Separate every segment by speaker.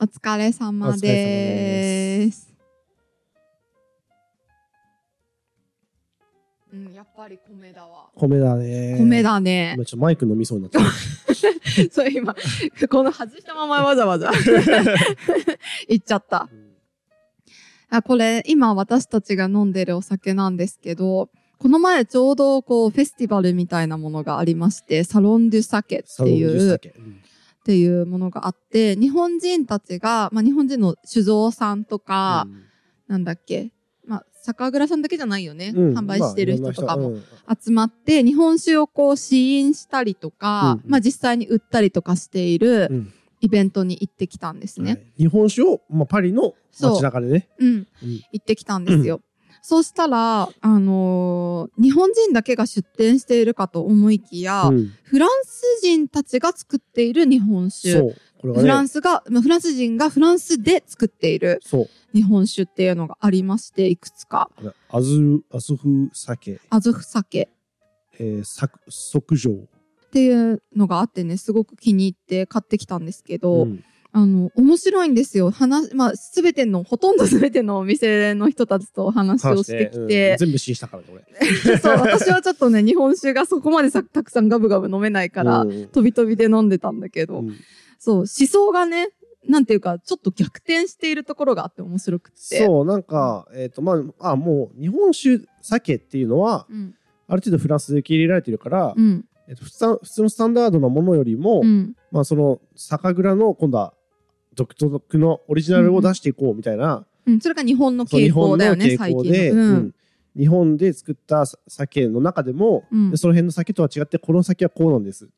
Speaker 1: お疲れ様です。うん、やっぱり米だわ。
Speaker 2: 米だね。
Speaker 1: 米。だね。
Speaker 2: 今ちょっとマイク飲みそうになっちゃっ た。
Speaker 1: そう今、この外したままわざわざ 行っちゃった。
Speaker 2: うん
Speaker 1: あ、これ今私たちが飲んでるお酒なんですけど、この前ちょうどこうフェスティバルみたいなものがありまして、サロンデュサケっていう、っ
Speaker 2: 酒。うん
Speaker 1: ていうものがあって、日本人たちが、まあ日本人の酒造さんとか、なんだっけ、まあ酒蔵さんだけじゃないよね。
Speaker 2: うん
Speaker 1: 販売してる人とかも。。
Speaker 2: まあいろんな人うん
Speaker 1: 集まって日本酒をこう試飲したりとか、
Speaker 2: うんうん
Speaker 1: まあ実際に売ったりとかしている
Speaker 2: うん
Speaker 1: イベントに行ってきたんですね。
Speaker 2: はい日本酒を、まあ、パリの街中でね。
Speaker 1: うん、
Speaker 2: うん
Speaker 1: 行ってきたんですよ。そうしたら、あのー日本人だけが出店しているかと思いきや、
Speaker 2: うん
Speaker 1: フランス人たちが作っている日本
Speaker 2: そ
Speaker 1: 酒。
Speaker 2: う。これ
Speaker 1: フラ
Speaker 2: が
Speaker 1: ン
Speaker 2: ね。
Speaker 1: スが、まあフランス人がフランスで作っている
Speaker 2: そう。
Speaker 1: 日本酒っていうのがありまして、いくつか。
Speaker 2: これアズ、アスフ酒、
Speaker 1: アズフ酒
Speaker 2: えー、さく即上。
Speaker 1: っていうのがあってね、すごく気に入って買ってきたんですけど、
Speaker 2: うん
Speaker 1: あの、面白いんですよ。話、まあ、すべての、ほとんどすべてのお店の人たちとお話をしてき
Speaker 2: うん
Speaker 1: て、
Speaker 2: 全部試飲したからね、俺。
Speaker 1: そう、私はちょっと ね、日本酒がそこまでさたくさんガブガブ飲めないから、
Speaker 2: うん
Speaker 1: とびとびで飲んでたんだけど、
Speaker 2: うん
Speaker 1: そう、思想がね、なんていうか、ちょっと逆転しているところがあって面白くって。
Speaker 2: そう、なんか、えっと、まあ、あ、もう、日本酒酒っていうのは、
Speaker 1: うん。
Speaker 2: ある程度フランスで受け入れられてるから
Speaker 1: う、ん。
Speaker 2: えっと普通普通のスタンダードなものよりも
Speaker 1: う、ん。
Speaker 2: まあ、その酒蔵の今度は独特のオリジナルを出していこうみたいな、
Speaker 1: うん。それが日本の
Speaker 2: そう日
Speaker 1: 傾向
Speaker 2: 本の
Speaker 1: だよね、
Speaker 2: 傾
Speaker 1: 最
Speaker 2: 向
Speaker 1: 近
Speaker 2: で、
Speaker 1: の。う
Speaker 2: うんん。日本で作った酒の中でも、
Speaker 1: うん
Speaker 2: でその辺の酒とは違ってこの酒はこうなんです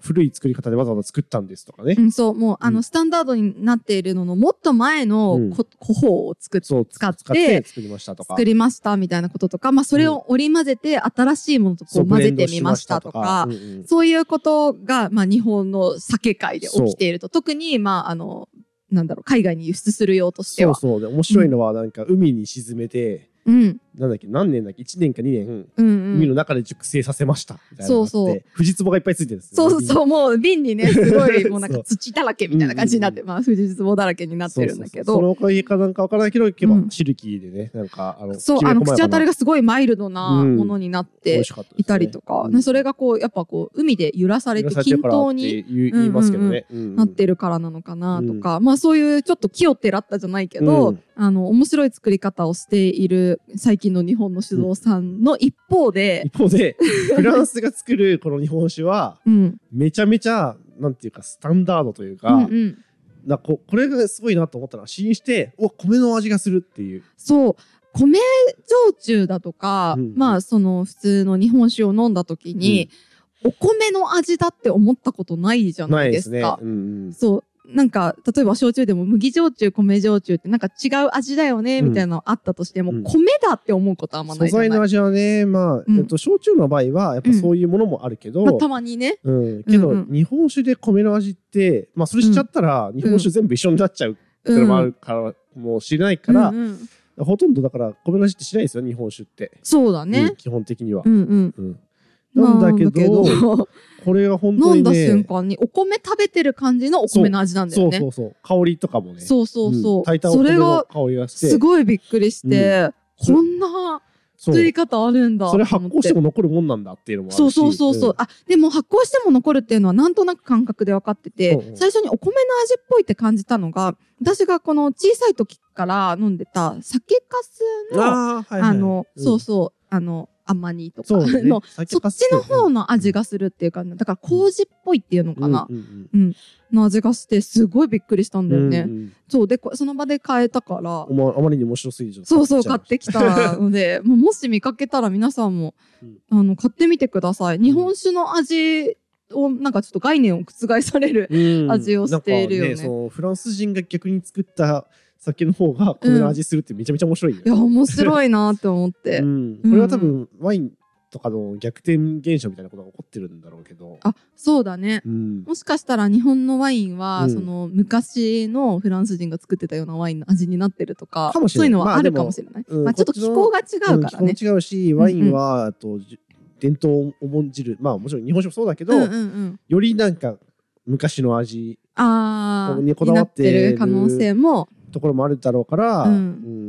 Speaker 2: 古い作り方でわざわざ作ったんですとかね、
Speaker 1: うん、そう、もう、
Speaker 2: うん
Speaker 1: あの、スタンダードになっているのの、もっと前の
Speaker 2: うん
Speaker 1: こ古法を作っ
Speaker 2: そう
Speaker 1: 使って
Speaker 2: 作りましたとか
Speaker 1: 作りましたみたいなこととか、まあ、それを織り交ぜて新しいものとこ
Speaker 2: そううブ
Speaker 1: 混
Speaker 2: レ
Speaker 1: ぜ
Speaker 2: ンド
Speaker 1: て
Speaker 2: し
Speaker 1: みましたとか
Speaker 2: うんうん
Speaker 1: そういうことが、まあ、日本の酒界で起きていると特に、まあ、あのなんだろう海外に輸出する用として
Speaker 2: そう
Speaker 1: は
Speaker 2: そうで面白いのはなんか海に沈めて、
Speaker 1: うん
Speaker 2: なんだっけ何年だっけ1年か2年、
Speaker 1: うんう
Speaker 2: 海の
Speaker 1: ん
Speaker 2: 中で熟成させましたみたいなのがあって
Speaker 1: そうそう
Speaker 2: 藤壺がいっぱいついてるんですよ
Speaker 1: そうそうもう瓶にね すごいもうなん
Speaker 2: そ
Speaker 1: か
Speaker 2: う
Speaker 1: 土だらけみたいな感じになって、まあ、富士壺だらけになってるんだけど
Speaker 2: そうそうそうそのおかげかなんかわからないけど、けば
Speaker 1: うん
Speaker 2: シルキーでね、なんか、あの、
Speaker 1: そう
Speaker 2: きめ
Speaker 1: あの
Speaker 2: 細や
Speaker 1: 口
Speaker 2: か
Speaker 1: 当
Speaker 2: な
Speaker 1: たりがすごいマイルドな
Speaker 2: うん
Speaker 1: ものになっ
Speaker 2: 美
Speaker 1: て
Speaker 2: 味しかったですね
Speaker 1: いたりとか、
Speaker 2: うん
Speaker 1: ねそれがこうやっぱこう海で揺らされ
Speaker 2: 揺ら
Speaker 1: て
Speaker 2: されて
Speaker 1: 均
Speaker 2: るからっ
Speaker 1: 等
Speaker 2: て
Speaker 1: に
Speaker 2: 言い言いますけどね。
Speaker 1: な
Speaker 2: な
Speaker 1: ってるからなのかなとか、まあそういうちょっと木をてらったじゃないけど、
Speaker 2: うん
Speaker 1: あの面白い作り方をしている最近の日本の酒造さんの一方で、
Speaker 2: 一方で、フランスが作るこの日本酒は、
Speaker 1: うん、
Speaker 2: めちゃめちゃ、なんていうか、スタンダードというか、
Speaker 1: うんうん
Speaker 2: なここれがすごいなと思ったら、試飲して、うわ、米の味がするっていう。
Speaker 1: そう米焼酎だとか、
Speaker 2: うん
Speaker 1: まあその普通の日本酒を飲んだ時に、お米の味だって思ったことないじゃな
Speaker 2: ないい
Speaker 1: で
Speaker 2: ですす
Speaker 1: か。
Speaker 2: ね。うん
Speaker 1: そうなんか例えば焼酎でも麦焼酎米焼酎ってなんか違う味だよねみたいなのあったとしても、
Speaker 2: うん
Speaker 1: 米だって思うことはあんまな
Speaker 2: 素
Speaker 1: いじゃない
Speaker 2: 材の味はね、まあ、
Speaker 1: うん
Speaker 2: えっと、焼酎の場合は、やっぱそういうものもあるけど、
Speaker 1: まあ、たまにね
Speaker 2: うん、けど、
Speaker 1: うんうん
Speaker 2: 日本酒で米の味って、まあ、それしちゃったら、日本酒全部一緒になっちゃうっていうのもあるから、もう知れないから、
Speaker 1: うんうん
Speaker 2: ほとんどだから米の味ってしないですよ日本酒って、
Speaker 1: そうだ
Speaker 2: う
Speaker 1: ね
Speaker 2: ん。基本的には
Speaker 1: う、んうん。
Speaker 2: うんなんだけど
Speaker 1: なんだ
Speaker 2: これ
Speaker 1: け
Speaker 2: が本
Speaker 1: ど飲
Speaker 2: 当
Speaker 1: ん
Speaker 2: に
Speaker 1: だ
Speaker 2: ね
Speaker 1: 瞬間にお米食べてる感じのお米の味なんだ
Speaker 2: そ
Speaker 1: よ
Speaker 2: う
Speaker 1: ね。
Speaker 2: そうそう香りとかもね
Speaker 1: そうそうそ
Speaker 2: ん
Speaker 1: う。
Speaker 2: 炊いたお
Speaker 1: そ
Speaker 2: 米
Speaker 1: れ
Speaker 2: の
Speaker 1: が
Speaker 2: 香りがして
Speaker 1: すごいびっくりして、
Speaker 2: うん
Speaker 1: こんな
Speaker 2: そう
Speaker 1: 作り方あるんだ
Speaker 2: それ発酵して
Speaker 1: も
Speaker 2: も残るもんなんだっていうのもあるし
Speaker 1: そうそうそうそう、あでも発酵しても残るっていうのはなんとなく感覚で分かってて、
Speaker 2: うんうん
Speaker 1: 最初にお米の味っぽいって感じたのが私がこの小さい時から飲んでた酒かす
Speaker 2: うん
Speaker 1: のあ,、
Speaker 2: あーはいはい
Speaker 1: の、
Speaker 2: うん
Speaker 1: そうそうあの甘煮とか
Speaker 2: そうだね
Speaker 1: の
Speaker 2: 酒
Speaker 1: そっ
Speaker 2: 粕
Speaker 1: ちの方の味がするっていう感じ。だから、麹っぽいっていうのかな、
Speaker 2: うんうん
Speaker 1: の味がして、すごいびっくりしたんだ
Speaker 2: う
Speaker 1: よ
Speaker 2: ん
Speaker 1: ね。
Speaker 2: うん
Speaker 1: そう。で、こその場で買えたから
Speaker 2: う、んおまあまりに面白すぎる
Speaker 1: そうそう、買ってきたの で、もうもし見かけたら皆さんも、あの、買ってみてください。日本酒の味を、なんかちょっと概念を覆され る。
Speaker 2: うん
Speaker 1: 味をしているよね
Speaker 2: なんかそのフランス人が逆に作った酒の方が米の味するってめちゃめちゃ面白いよね
Speaker 1: いや、面白いなって思って
Speaker 2: う。ん、これは多分ワインとかの逆転現象みたいなことが起こってるんだろうけど、
Speaker 1: あ、そうだね。
Speaker 2: うん、
Speaker 1: もしかしたら日本のワインは、
Speaker 2: うん
Speaker 1: その昔のフランス人が作ってたようなワインの味になってるとか、
Speaker 2: かもし
Speaker 1: そう
Speaker 2: れない
Speaker 1: いうのは
Speaker 2: まあ
Speaker 1: ある
Speaker 2: でも
Speaker 1: かもしれない。まあ、
Speaker 2: うん
Speaker 1: ちょっと
Speaker 2: こっ
Speaker 1: 気
Speaker 2: ちの
Speaker 1: 候が違うからね。
Speaker 2: 基本違うしワインは、あとじ伝統を重んじるまあもちろん日本酒もそうだけど、
Speaker 1: うんうんうん。
Speaker 2: よりなんか昔の味
Speaker 1: ああ、
Speaker 2: にこだわってる
Speaker 1: にな可能性も、
Speaker 2: ところもあるだろうから、
Speaker 1: うん
Speaker 2: う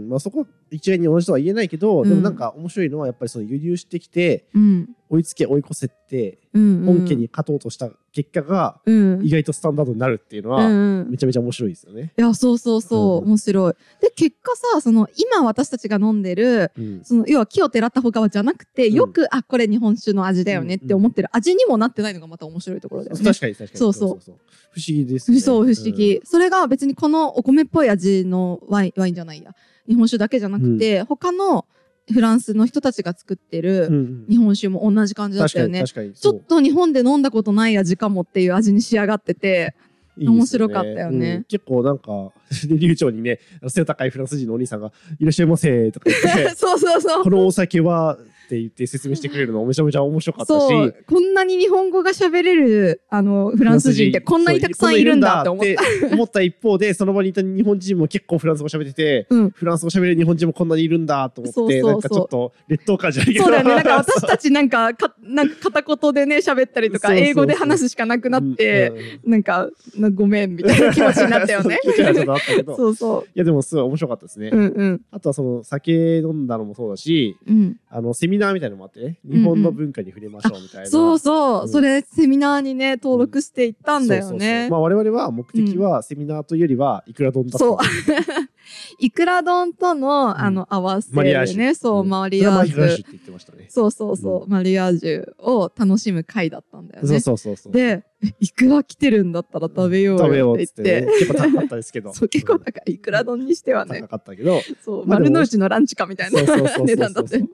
Speaker 2: んまあ、そこは一概に同じとは言えないけど、
Speaker 1: うん
Speaker 2: でもなんか面白いのはやっぱりその輸入してきて
Speaker 1: うん、
Speaker 2: 追いつけ追い越せって
Speaker 1: うん、
Speaker 2: 本家に勝とうとした結果が
Speaker 1: うん、
Speaker 2: 意外とスタンダードになるっていうの
Speaker 1: うん、
Speaker 2: は
Speaker 1: うん
Speaker 2: めちゃめちゃ面白いですよね。
Speaker 1: いや、そうそうそう、
Speaker 2: うん
Speaker 1: 面白い。で、結果さ、その、今私たちが飲んでる、
Speaker 2: うん
Speaker 1: その、要は木をてらったほかはじゃなくて、
Speaker 2: うん
Speaker 1: よく、あ、これ日本酒の味だよねって思ってる味にもなってないのがまた面白いところだよね。
Speaker 2: 確かに確かに
Speaker 1: そうそう
Speaker 2: 不思議ですよね
Speaker 1: そう、不思議、それが別にこのお米っぽい味のワイン、ワインじゃないや。日本酒だけじゃなくて、他のフランスの人たちが作って
Speaker 2: うん
Speaker 1: る
Speaker 2: うん
Speaker 1: 日本酒も同じ感じだっ
Speaker 2: 確
Speaker 1: た
Speaker 2: か
Speaker 1: よ
Speaker 2: に
Speaker 1: ね。
Speaker 2: 確かに
Speaker 1: ち
Speaker 2: そ
Speaker 1: ょ
Speaker 2: う
Speaker 1: っと日本で飲んだことない味かもっていう味に仕上がって て、
Speaker 2: いいですね
Speaker 1: 面白かったよね
Speaker 2: うん結構なんか 流暢にね背の高いフランス人のお兄さんが「いらっしゃいませ」とか言っ て
Speaker 1: そうそうそ
Speaker 2: 「こ
Speaker 1: う。
Speaker 2: のお酒は」って言って説明してくれるのめちゃめちゃ面白かったし
Speaker 1: そうこんなに日本語が喋れるあのフランス人ってこんなにたくさんいるんだって思った
Speaker 2: そういるんだって思った一方でその場にいた日本人も結構フランス語喋ってて、
Speaker 1: うん
Speaker 2: フランス語喋る日本人もこんなにいるんだと思って
Speaker 1: そうそうそう
Speaker 2: なんかちょっと劣等感じゃないけど
Speaker 1: そうだよね。なんか私たちなんか、かなんか片言でね、喋ったりと
Speaker 2: そ
Speaker 1: か、
Speaker 2: うそうそう。
Speaker 1: 英語で話すしかなくなって、、なんか、なごめんみたいな気持ちになったよね
Speaker 2: そう気持ちになっちゃったけど
Speaker 1: そうそ
Speaker 2: いやでもすごい面白かったですね、
Speaker 1: う。うんうん。
Speaker 2: あとはその酒飲んだのもそうだし
Speaker 1: うん、
Speaker 2: あのセミナーみたいなのもあってね日本の文化に触れましょうみたいな、
Speaker 1: そうそう、
Speaker 2: うん
Speaker 1: それセミナーにね登録していったんだよ
Speaker 2: そうそうそ
Speaker 1: ね
Speaker 2: うまあ我々は目的はセミナーというよりはいくら丼だった
Speaker 1: そう いくら丼とのあの合わせ
Speaker 2: マリアー
Speaker 1: で
Speaker 2: ジ
Speaker 1: ね
Speaker 2: ュ
Speaker 1: そう
Speaker 2: うん
Speaker 1: マ
Speaker 2: そ
Speaker 1: リ
Speaker 2: れは
Speaker 1: ア
Speaker 2: マ
Speaker 1: ー
Speaker 2: リ
Speaker 1: ジ
Speaker 2: アージュっ
Speaker 1: ュ
Speaker 2: て言ってましたね
Speaker 1: そうそうそうマリアージュを楽しむ会だったんだよ
Speaker 2: そう
Speaker 1: ね
Speaker 2: そうそうそう
Speaker 1: でえいくら来てるんだったら食べよう
Speaker 2: 食べよ
Speaker 1: よっ
Speaker 2: う
Speaker 1: て
Speaker 2: っ
Speaker 1: 言
Speaker 2: つ
Speaker 1: っ
Speaker 2: ってね
Speaker 1: て
Speaker 2: 結構高かったですけど
Speaker 1: そう結構
Speaker 2: うん
Speaker 1: 高いいくら丼にしてはね
Speaker 2: 高かったけど
Speaker 1: そう
Speaker 2: まあで
Speaker 1: 丸
Speaker 2: も
Speaker 1: の内のランチかみたいな
Speaker 2: そうそうそうそうそう
Speaker 1: 値段だったよね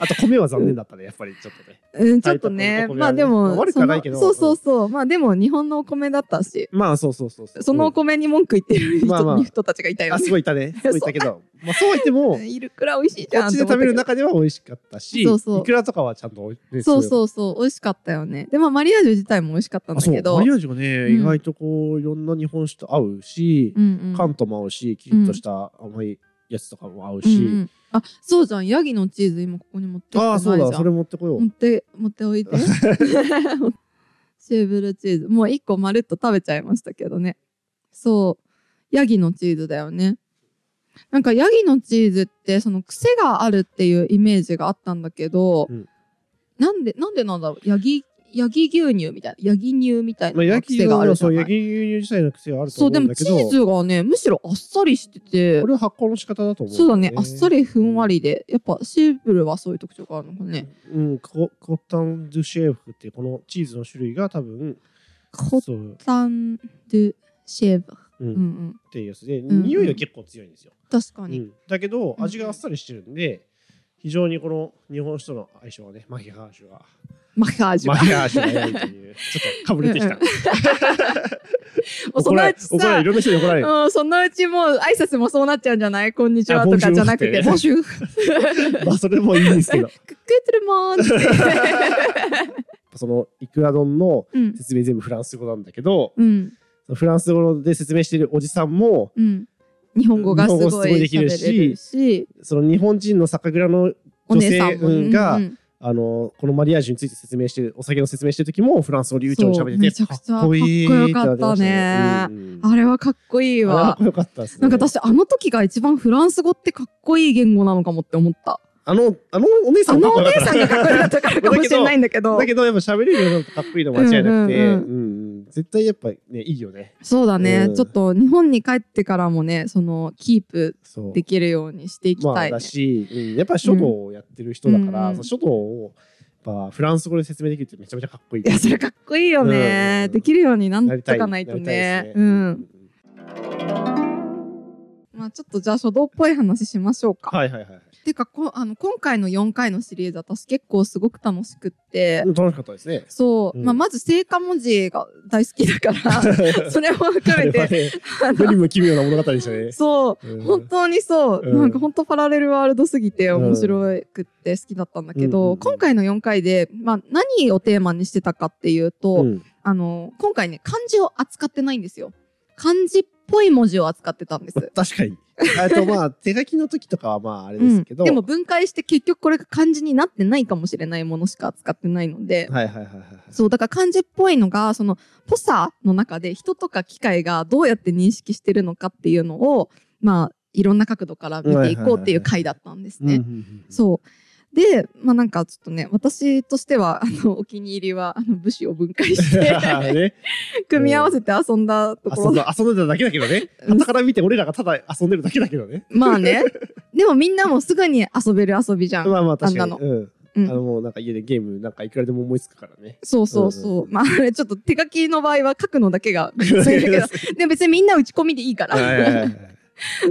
Speaker 2: あと米は残念だったねやっぱりちょっとね
Speaker 1: うん、ちょっとね、
Speaker 2: お米はね
Speaker 1: まあで
Speaker 2: まあ
Speaker 1: も、
Speaker 2: 悪くはないけど
Speaker 1: そのそうそうそう、まあでも日本のお米だったし、
Speaker 2: まあそうそうそうう
Speaker 1: そのお米に文句言ってる人,、
Speaker 2: まあまあ
Speaker 1: 人たちがいた
Speaker 2: うん
Speaker 1: よ
Speaker 2: あ
Speaker 1: ね
Speaker 2: す。ごいい たねすごいいたけどまあそうは言ってもこ
Speaker 1: いるくら美味しいじゃん
Speaker 2: っちで
Speaker 1: と思っ
Speaker 2: 食
Speaker 1: た
Speaker 2: べ
Speaker 1: け
Speaker 2: る
Speaker 1: ど
Speaker 2: 中では美味しかったし
Speaker 1: そうそう
Speaker 2: いくらとかはちゃんとね
Speaker 1: そう
Speaker 2: う
Speaker 1: そうそう、美味しかったよね。で、まあマリアージュ自体も美味しかったん
Speaker 2: あ
Speaker 1: だ
Speaker 2: そう
Speaker 1: けど、
Speaker 2: マリアージュがね
Speaker 1: うん
Speaker 2: 意外とこういろんな日本酒と合うし
Speaker 1: うんうん、
Speaker 2: 缶とも合うしキリッとした甘いやつとかも合うし、
Speaker 1: うんうんあ、そうじゃん、ヤギのチーズ今ここに持ってきて
Speaker 2: あ
Speaker 1: ない
Speaker 2: あ
Speaker 1: じゃ。
Speaker 2: そうんだそれ持ってこよう、
Speaker 1: 持って、持っておいて。 シェーブルチーズ。もう一個まるっと食べちゃいましたけどね。そう。ヤギのチーズだよね。なんかヤギのチーズってその癖があるっていうイメージがあったんだけど、
Speaker 2: うん
Speaker 1: なんで、なんでなんだろう。ヤギ、ヤギ牛乳みたいな、ヤギ乳みたい
Speaker 2: ま
Speaker 1: な
Speaker 2: あ、
Speaker 1: のが
Speaker 2: 焼き
Speaker 1: 癖がある
Speaker 2: は
Speaker 1: じ
Speaker 2: そ
Speaker 1: ゃ
Speaker 2: う
Speaker 1: ない
Speaker 2: 焼き牛乳自体の癖はあると
Speaker 1: そ
Speaker 2: 思
Speaker 1: う、で
Speaker 2: うん
Speaker 1: も
Speaker 2: だけ
Speaker 1: チ
Speaker 2: ど
Speaker 1: ーズがね、むしろあっさりしてて
Speaker 2: こ、れは発酵の仕方だと思う、
Speaker 1: そうだね、あっさりふんわりで、やっぱシェーブルはそういう特徴があるのかね。
Speaker 2: うんココッタン・ドゥ・シェーフっていうこのチーズの種類が多分
Speaker 1: コッ
Speaker 2: そう、
Speaker 1: タン・ドゥ・シェーブ。
Speaker 2: う
Speaker 1: うん
Speaker 2: ん
Speaker 1: う
Speaker 2: っ
Speaker 1: ん。
Speaker 2: ていうやつで、
Speaker 1: んうん
Speaker 2: 匂いが結構強いんですよ、
Speaker 1: 確か
Speaker 2: う
Speaker 1: に。
Speaker 2: んだけど
Speaker 1: うん
Speaker 2: 味があっさりしてるんで、非常にこの日本酒との相性がねマヒハーシュが
Speaker 1: マリアージュ
Speaker 2: マ
Speaker 1: が。
Speaker 2: ヒハーシュが良いという ちょっとかぶれてきた、
Speaker 1: うんもうそ
Speaker 2: 怒
Speaker 1: の
Speaker 2: ら
Speaker 1: う
Speaker 2: れ
Speaker 1: ち
Speaker 2: 怒ら
Speaker 1: さ
Speaker 2: れい、ろんな人に怒られる
Speaker 1: うん、そのうちもう挨拶もそうなっちゃうんじゃないこんにちは
Speaker 2: あ
Speaker 1: とかじゃなくて、
Speaker 2: ボ
Speaker 1: ボ
Speaker 2: ン
Speaker 1: ンジュール。
Speaker 2: まあそれもいいんですけど
Speaker 1: クックトゥルモーンって。
Speaker 2: そのいくら丼の
Speaker 1: うん。
Speaker 2: 説明全部フランス語なんだけど、
Speaker 1: うん。
Speaker 2: フランス語で説明しているおじさんも
Speaker 1: うん。日本語がす
Speaker 2: 日本語
Speaker 1: ご
Speaker 2: すごい
Speaker 1: い
Speaker 2: でき
Speaker 1: 喋
Speaker 2: る
Speaker 1: れ
Speaker 2: し
Speaker 1: るし、
Speaker 2: その日本人の酒蔵の
Speaker 1: お
Speaker 2: 女
Speaker 1: 姉
Speaker 2: 性
Speaker 1: さんも
Speaker 2: うんが
Speaker 1: うんうん
Speaker 2: あのこのマリアージュについて説明してるお酒の説明してる時もフランス語流暢に喋って
Speaker 1: そうめちゃくちゃ
Speaker 2: なりま
Speaker 1: かっこよかったね
Speaker 2: うんうん
Speaker 1: あれはかっこいい
Speaker 2: あれかっ
Speaker 1: わ
Speaker 2: こ。よかったですね
Speaker 1: なんか私、あの時が一番フランス語ってかっこいい言語なのかもって思った。
Speaker 2: あのあのお姉さ
Speaker 1: あ
Speaker 2: んも
Speaker 1: の
Speaker 2: か
Speaker 1: お
Speaker 2: っこ
Speaker 1: 姉
Speaker 2: よ
Speaker 1: さ
Speaker 2: かった
Speaker 1: んがかっこよかったからかもしれないんだけど
Speaker 2: だ。けどやっぱ喋れるようになるとかっこいいのは間違いなく
Speaker 1: う
Speaker 2: て、うんん
Speaker 1: うん
Speaker 2: うん絶対やっぱねいいよね
Speaker 1: そうだね、
Speaker 2: うん
Speaker 1: ちょっと日本に帰ってからもねそのキープ
Speaker 2: そう
Speaker 1: できるようにしていき
Speaker 2: ま
Speaker 1: た
Speaker 2: あ
Speaker 1: い、ね
Speaker 2: だし、うんやっぱり書道をやってる人だから、
Speaker 1: うん
Speaker 2: その書道をやっぱフランス語で説明できるってめちゃめちゃかっこいい
Speaker 1: いやそれかっこいいよね、
Speaker 2: うん
Speaker 1: できるようにな
Speaker 2: なんり
Speaker 1: と
Speaker 2: たい
Speaker 1: かないとね
Speaker 2: りたいです
Speaker 1: う
Speaker 2: うん
Speaker 1: んまあちょっとじゃあ書道っぽい話しましょうか、
Speaker 2: はいはいはい
Speaker 1: てかこあの今回の4回のシリーズ私結構すごく楽しくって、
Speaker 2: うん楽しかったですね
Speaker 1: そう、
Speaker 2: うん
Speaker 1: まあまず聖火文字が大好きだから それも含めて
Speaker 2: あれはね
Speaker 1: あ
Speaker 2: 無
Speaker 1: の
Speaker 2: 理も奇妙な物語でしたね。
Speaker 1: そう
Speaker 2: うん
Speaker 1: 本当にそう、
Speaker 2: うん
Speaker 1: なんか本当パラレルワールドすぎて面白くって好きだったんだけど、
Speaker 2: うんうんうん
Speaker 1: 今回の4回で、まあ、何をテーマにしてたかっていうと、
Speaker 2: うん
Speaker 1: あの今回ね漢字を扱ってないんですよ漢字っぽい文字を扱ってたんです
Speaker 2: 確かに。あとまあ、 手書きの時とかはまあ、あれ
Speaker 1: う
Speaker 2: で
Speaker 1: ん
Speaker 2: すけど。
Speaker 1: でも分解して結局これが漢字になってないかもしれないものしか使ってないので、
Speaker 2: はいはいはいはいはい。
Speaker 1: そう、だから漢字っぽいのが、その、ポサの中で人とか機械がどうやって認識してるのかっていうのを、まあ、いろんな角度から見ていこうっていう回だったんです
Speaker 2: うんうん
Speaker 1: ね。
Speaker 2: うん
Speaker 1: そう。で、まあなんかちょっとね、私としては、あの、お 気に入りは、あの、武士を分解して、
Speaker 2: ね、
Speaker 1: 組み合わせて遊んだとこ
Speaker 2: 遊
Speaker 1: ろ
Speaker 2: んだ遊んでただけだけどね。
Speaker 1: うん
Speaker 2: 傍から見て俺らがただ遊んでるだけだけどね。
Speaker 1: まあね。でもみんなもすぐに遊べる遊びじゃん。
Speaker 2: まあまあ確かに。
Speaker 1: あんな
Speaker 2: うん。
Speaker 1: う
Speaker 2: あ
Speaker 1: ん
Speaker 2: のもうなんか家でゲームなんかいくらでも思いつくからね。
Speaker 1: そうそうそう。
Speaker 2: うん
Speaker 1: まあ、あれちょっと手書きの場合は書くのだけが、 それだけ だ
Speaker 2: は。
Speaker 1: でも別にみんな打ち込みでいいから。
Speaker 2: いはいはいはい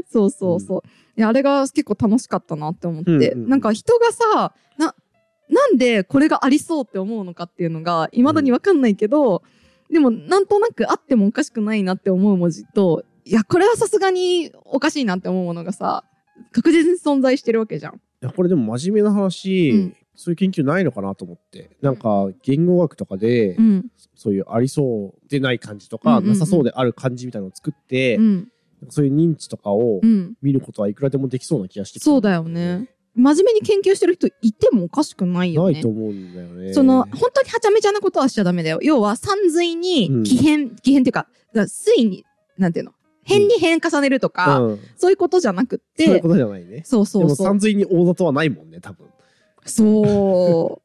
Speaker 1: そうそうそう。いやあれが結構楽しかったなって思って、
Speaker 2: うんうんうん
Speaker 1: なんか人がさななんでこれがありそうって思うのかっていうのがいまだに分かんないけど、でもなんとなくあってもおかしくないなって思う文字といやこれはさすがにおかしいなって思うものがさ確実に存在してるわけじゃん。
Speaker 2: いやこれでも真面目な話、
Speaker 1: うん
Speaker 2: そういう研究ないのかなと思ってなんか言語学とかで、
Speaker 1: うん
Speaker 2: そういうありそうでない感じとか、
Speaker 1: うんうんうん
Speaker 2: なさそうである感じみたいなのを作って、
Speaker 1: うん
Speaker 2: そういう認知とかを
Speaker 1: うん、
Speaker 2: 見ることはいくらでもできそうな気がしてきた
Speaker 1: そうだよね。真面目に研究してる人いてもおかしくないよ
Speaker 2: な
Speaker 1: ね。
Speaker 2: いと思うんだよね
Speaker 1: その本当にはちゃめちゃなことはしちゃダメだよ。要は三髄
Speaker 2: うん
Speaker 1: に奇変、奇変っていうか、だから水に、なんていうの変に変重ねるとか、
Speaker 2: うん、
Speaker 1: そういうことじゃなくって、
Speaker 2: そういうことじゃないね
Speaker 1: そうそう
Speaker 2: でも
Speaker 1: そ
Speaker 2: 三
Speaker 1: う。
Speaker 2: 髄に大里はないもんね多分
Speaker 1: そ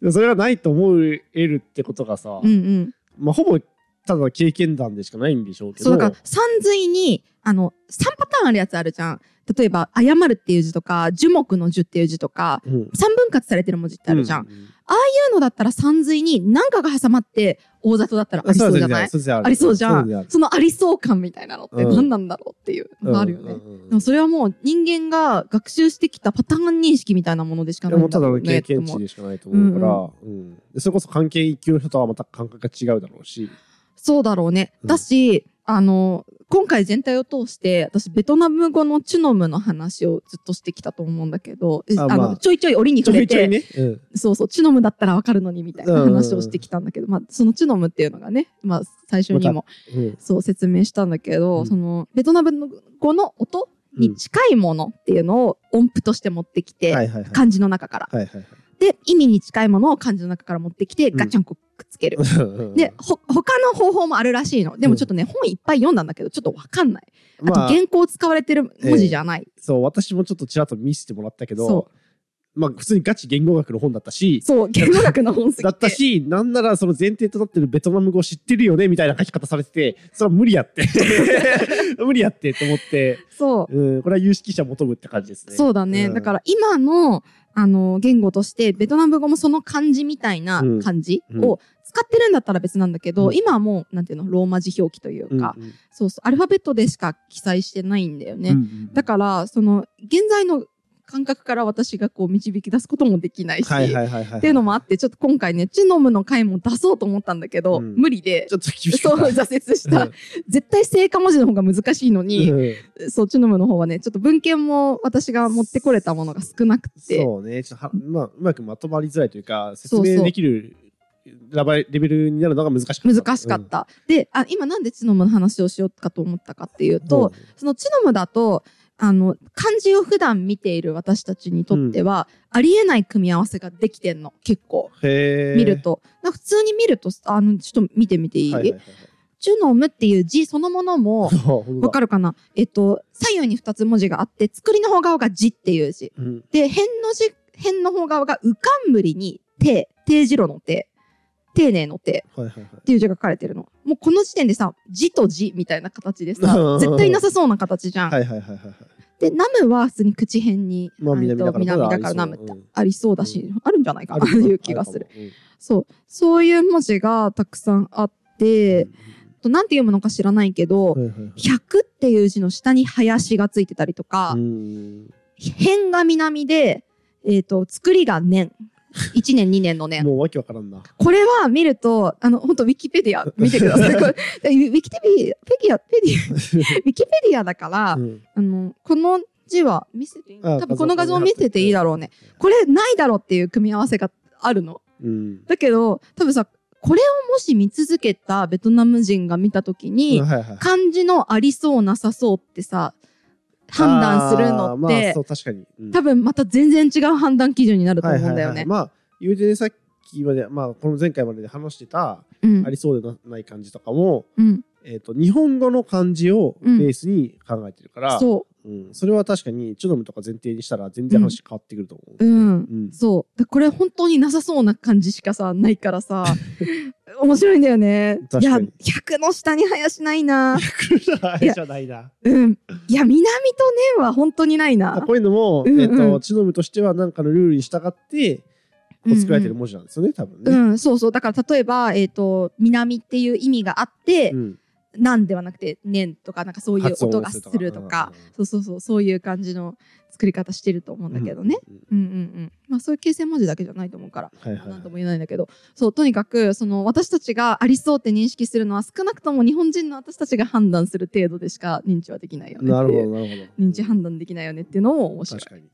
Speaker 2: でもそれがないと思えるってことがさ、
Speaker 1: う。うんうん。
Speaker 2: まあほぼただの経験談でしかないんでしょうけ
Speaker 1: そ
Speaker 2: ど
Speaker 1: うだから三髄に、あの、三パターンあるやつあるじゃん。例えば、謝るっていう字とか、樹木の樹っていう字とか、
Speaker 2: うん
Speaker 1: 三分割されてる文字ってあるじゃん。
Speaker 2: う
Speaker 1: そう
Speaker 2: う
Speaker 1: いうのだったら三髄に何かが挟まって、大里だったらありそうじゃない
Speaker 2: そうだよね
Speaker 1: ありそうじゃ
Speaker 2: そうだよね
Speaker 1: ん。そのありそう感みたいなのって
Speaker 2: うん
Speaker 1: 何なんだろうっていうのがあるよね。
Speaker 2: うんうんうん
Speaker 1: でもそれはもう人間が学習してきたパターン認識みたいなものでしか
Speaker 2: で
Speaker 1: ない
Speaker 2: も
Speaker 1: んだ
Speaker 2: ただ
Speaker 1: ろ
Speaker 2: の
Speaker 1: うね
Speaker 2: 経
Speaker 1: って
Speaker 2: 験
Speaker 1: 思
Speaker 2: 値
Speaker 1: う。
Speaker 2: でしかないと思うから、うんでそれこそ関係一級の人とはまた感覚が違うだろうし、
Speaker 1: そうだろうね。
Speaker 2: うん
Speaker 1: だし、あの、今回全体を通して、私、ベトナム語のチュノムの話をずっとしてきたと思うんだけど、え
Speaker 2: あ
Speaker 1: あ
Speaker 2: まあ
Speaker 1: の、ちょいちょい折に
Speaker 2: ちょ
Speaker 1: 触れ
Speaker 2: いちょい
Speaker 1: て、
Speaker 2: ね、うん
Speaker 1: そうそう、チュノムだったらわかるのにみたいな話をしてきたんだけど、まあ、そのチュノムっていうのがね、まあ、最初に
Speaker 2: ま
Speaker 1: も
Speaker 2: うん
Speaker 1: そう説明したんだけど、
Speaker 2: うん
Speaker 1: その、ベトナム語の音に近いものっていうのを音符として持ってきて、
Speaker 2: はいはいはい
Speaker 1: 漢字の中から。
Speaker 2: はいはい
Speaker 1: で、意味に近いものを漢字の中から持ってきて、
Speaker 2: うん
Speaker 1: ガチャンコくっつける。
Speaker 2: はい
Speaker 1: で、ほ、他の方法もあるらしいの。でもちょっとね、本いっぱい読んだんだけど、ちょっとわかんない。あと、
Speaker 2: まあ
Speaker 1: 原稿使われてる文字じゃない。
Speaker 2: そう私もちょっとちらっと見せてもらったけど
Speaker 1: そ
Speaker 2: まあ普通にガチ言語学の本だったし
Speaker 1: そう、言語学の本すぎて。
Speaker 2: だったしなんならその前提となってるベトナム語知ってるよねみたいな書き方されててそれは無理や って無理やってと思って、
Speaker 1: そう。
Speaker 2: うん、これは有識者求むって感じですね
Speaker 1: そうだね。
Speaker 2: ん
Speaker 1: だから今の、あの、言語として、ベトナム語もその漢字みたいな
Speaker 2: うん
Speaker 1: 漢字
Speaker 2: うん
Speaker 1: を使ってるんだったら別なんだけど、
Speaker 2: うん
Speaker 1: 今はもう、なんていうの、ローマ字表記というか、
Speaker 2: うんうん
Speaker 1: そうそう、アルファベットでしか記載してないんだよね。
Speaker 2: うんうん
Speaker 1: だから、その、現在の感覚から私がこう導き出すこともできないし、
Speaker 2: はいはいはいはい
Speaker 1: っていうのもあって、ちょっと今回ね、チュノムの回も出そうと思ったんだけど、
Speaker 2: うん
Speaker 1: 無理で
Speaker 2: ち、ょっと厳し
Speaker 1: そ
Speaker 2: か
Speaker 1: う、
Speaker 2: った
Speaker 1: 挫折した。
Speaker 2: うん
Speaker 1: 絶対正化文字の方が難しいのに、
Speaker 2: うん
Speaker 1: そう、チュノムの方はね、ちょっと文献も私が持ってこれたものが少なくて、
Speaker 2: そうねちょっとは、まあ、うまくまとまりづらいというか説
Speaker 1: そう
Speaker 2: 明できるラバレベルになるのが難しかった
Speaker 1: 難しかった。で、あ、今なんでチュノムの話をしようかと思ったかっていう
Speaker 2: うん
Speaker 1: と、そのチノムだと、あの、漢字を普段見ている私たちにとっては、ありえない組み合わせができてんの、結構。
Speaker 2: へー
Speaker 1: 見ると。なんか普通に見ると、あの、ちょっと見てみていい、
Speaker 2: はいはいはい
Speaker 1: チュノムっていう字そのものも
Speaker 2: あ、本当
Speaker 1: わ
Speaker 2: だ
Speaker 1: かるかなえっと、左右に2つ文字があって、作りの方側が字っていう字。
Speaker 2: うん
Speaker 1: で、辺の字、辺の方側がうかんむりに、て、定次郎のて、丁寧のて
Speaker 2: はいはいはい
Speaker 1: っていう字が書かれてるの。もうこの時点でさ、字と字みたいな形で さ、絶対なさそうな形じゃん。
Speaker 2: はいはいはいはいはい
Speaker 1: で、ナムは普通に口辺に、
Speaker 2: まあ
Speaker 1: えっ
Speaker 2: 南
Speaker 1: と
Speaker 2: だからまだ
Speaker 1: 南だからナム
Speaker 2: あ
Speaker 1: っ
Speaker 2: り
Speaker 1: て
Speaker 2: そ
Speaker 1: ありそ
Speaker 2: ううん
Speaker 1: うだし、あるんじゃないかな
Speaker 2: あ
Speaker 1: って
Speaker 2: る
Speaker 1: いう気がする。
Speaker 2: ある
Speaker 1: そう。そういう文字がたくさんあっ
Speaker 2: か
Speaker 1: て
Speaker 2: も、
Speaker 1: となんて読むのか知らないけど
Speaker 2: う、んはいはいはい
Speaker 1: 百っていう字の下に林がついてたりとか
Speaker 2: う、ん
Speaker 1: 辺が南で、えっ、と、作りが 年。1年、2年の年。
Speaker 2: もうわけわからんな
Speaker 1: これは見ると、あの、本当ウィキペディア見てください。こ れウィキペディア、ペディア、ペディア、ウィキペディアだから、
Speaker 2: うん
Speaker 1: あの、この字は見せていい
Speaker 2: あ
Speaker 1: 多分この画像を見せていいだろうね。これないだろうっていう組み合わせがあるの。
Speaker 2: うん
Speaker 1: だけど、多分さ、これをもし見続けたベトナム人が見たときに、
Speaker 2: はいはい
Speaker 1: 漢字のありそうなさそうってさ、判断するの
Speaker 2: あ
Speaker 1: っ
Speaker 2: ーま
Speaker 1: て
Speaker 2: あ、そう確かに、うん
Speaker 1: 多分また全然違う判断基準になると思うんだよ
Speaker 2: はいはいはい
Speaker 1: ね。
Speaker 2: まあ言うてねさっきまで、まあ、この前回までで話してた、
Speaker 1: うん
Speaker 2: ありそうでない感じとかも、
Speaker 1: うん
Speaker 2: えー、と日本語の漢字をベースに考えてるから、うん
Speaker 1: そ
Speaker 2: それは確かにチュノムとか前提にしたら全然話変わってくると思う。
Speaker 1: う、うん、
Speaker 2: うん
Speaker 1: そう。でこれ本当になさそうな感じしかさ、ないから さ、面白いんだよね。い
Speaker 2: 確
Speaker 1: や、
Speaker 2: かに
Speaker 1: 100の下に林ないな。
Speaker 2: あれじゃないな。
Speaker 1: うん。いや、南と年は本当にない
Speaker 2: だから
Speaker 1: な。
Speaker 2: こういうのも、
Speaker 1: うんうん
Speaker 2: えー、とチュノムとしては何かのルールに従ってこう作られてる文字なんですよね、多分
Speaker 1: う
Speaker 2: ね。
Speaker 1: ん、そうそう。だから例えば、えっ、と、南っていう意味があって、
Speaker 2: ん、
Speaker 1: なんではなくて、年とか、なんかそういう
Speaker 2: 発
Speaker 1: 音
Speaker 2: 音
Speaker 1: が
Speaker 2: をす
Speaker 1: す
Speaker 2: る
Speaker 1: ると
Speaker 2: とか
Speaker 1: か
Speaker 2: うんうん、
Speaker 1: そうそうそう、そういう感じの作り方してると思うんだけどね。
Speaker 2: うん。
Speaker 1: うんうんうん。まあそういう形成文字だけじゃないと思うから。
Speaker 2: はいはい
Speaker 1: な
Speaker 2: は
Speaker 1: ん
Speaker 2: い
Speaker 1: とも言えないんだけどそうとにかくその私たちがありそうって認識するのは少なくとも日本人の私たちが判断する程度でしか認知はできないよね
Speaker 2: なる
Speaker 1: ってい
Speaker 2: ほ
Speaker 1: う
Speaker 2: どなるほど。
Speaker 1: 認知判断できないよねっていうのも面白い
Speaker 2: 確。かに。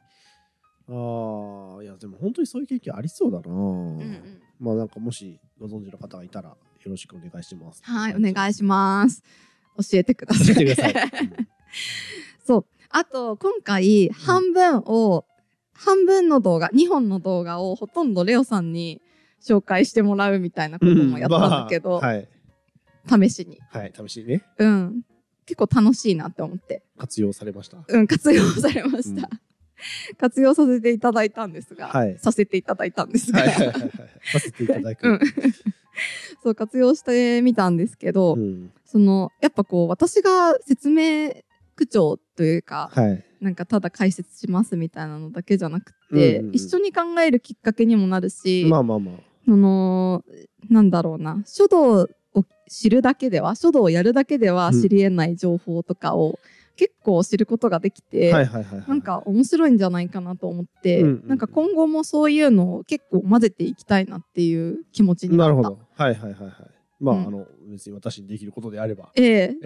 Speaker 2: ああいやでも本当にそういう経験ありそうだな。
Speaker 1: うんうん
Speaker 2: まあなんかもしご存知の方がいたらよろしくお願いします。
Speaker 1: はいお願い
Speaker 2: し
Speaker 1: します。教えてください。
Speaker 2: 教えてください。
Speaker 1: そうあと今回半分を、半分の動画2本の動画をほとんどレオさんに紹介してもらうみたいなこ
Speaker 2: う
Speaker 1: と
Speaker 2: ん
Speaker 1: もやったんだけど、
Speaker 2: まあはい
Speaker 1: 試しに、
Speaker 2: はい試しにね
Speaker 1: うん、結構楽しいなって思って。
Speaker 2: 活用されました。
Speaker 1: うん、活用されました。 活用させていただいたんですが、
Speaker 2: はい
Speaker 1: させていただいたんですが、
Speaker 2: はいはいはいはい。させていただ
Speaker 1: うん
Speaker 2: く。
Speaker 1: そう活用してみたんですけど、
Speaker 2: うん
Speaker 1: そのやっぱこう私が説明口調というか、
Speaker 2: はい。
Speaker 1: なんかただ解説しますみたいなのだけじゃなくて、
Speaker 2: うんうん
Speaker 1: 一緒に考えるきっかけにもなるし、
Speaker 2: まあまあまあ。
Speaker 1: そのなんだろうな書道を知るだけでは書道をやるだけでは知り得ない情報とかを結構知ることができて、
Speaker 2: はいはいはいはい。
Speaker 1: なんか面白いんじゃないかなと思って、
Speaker 2: うんうん
Speaker 1: なんか今後もそういうのを結構混ぜていきたいなっていう気持ちにな
Speaker 2: な
Speaker 1: った。
Speaker 2: るほ。ど。はいはいはいはい。まあ
Speaker 1: うん
Speaker 2: あの別に私にできることであれば。
Speaker 1: え
Speaker 2: ええ。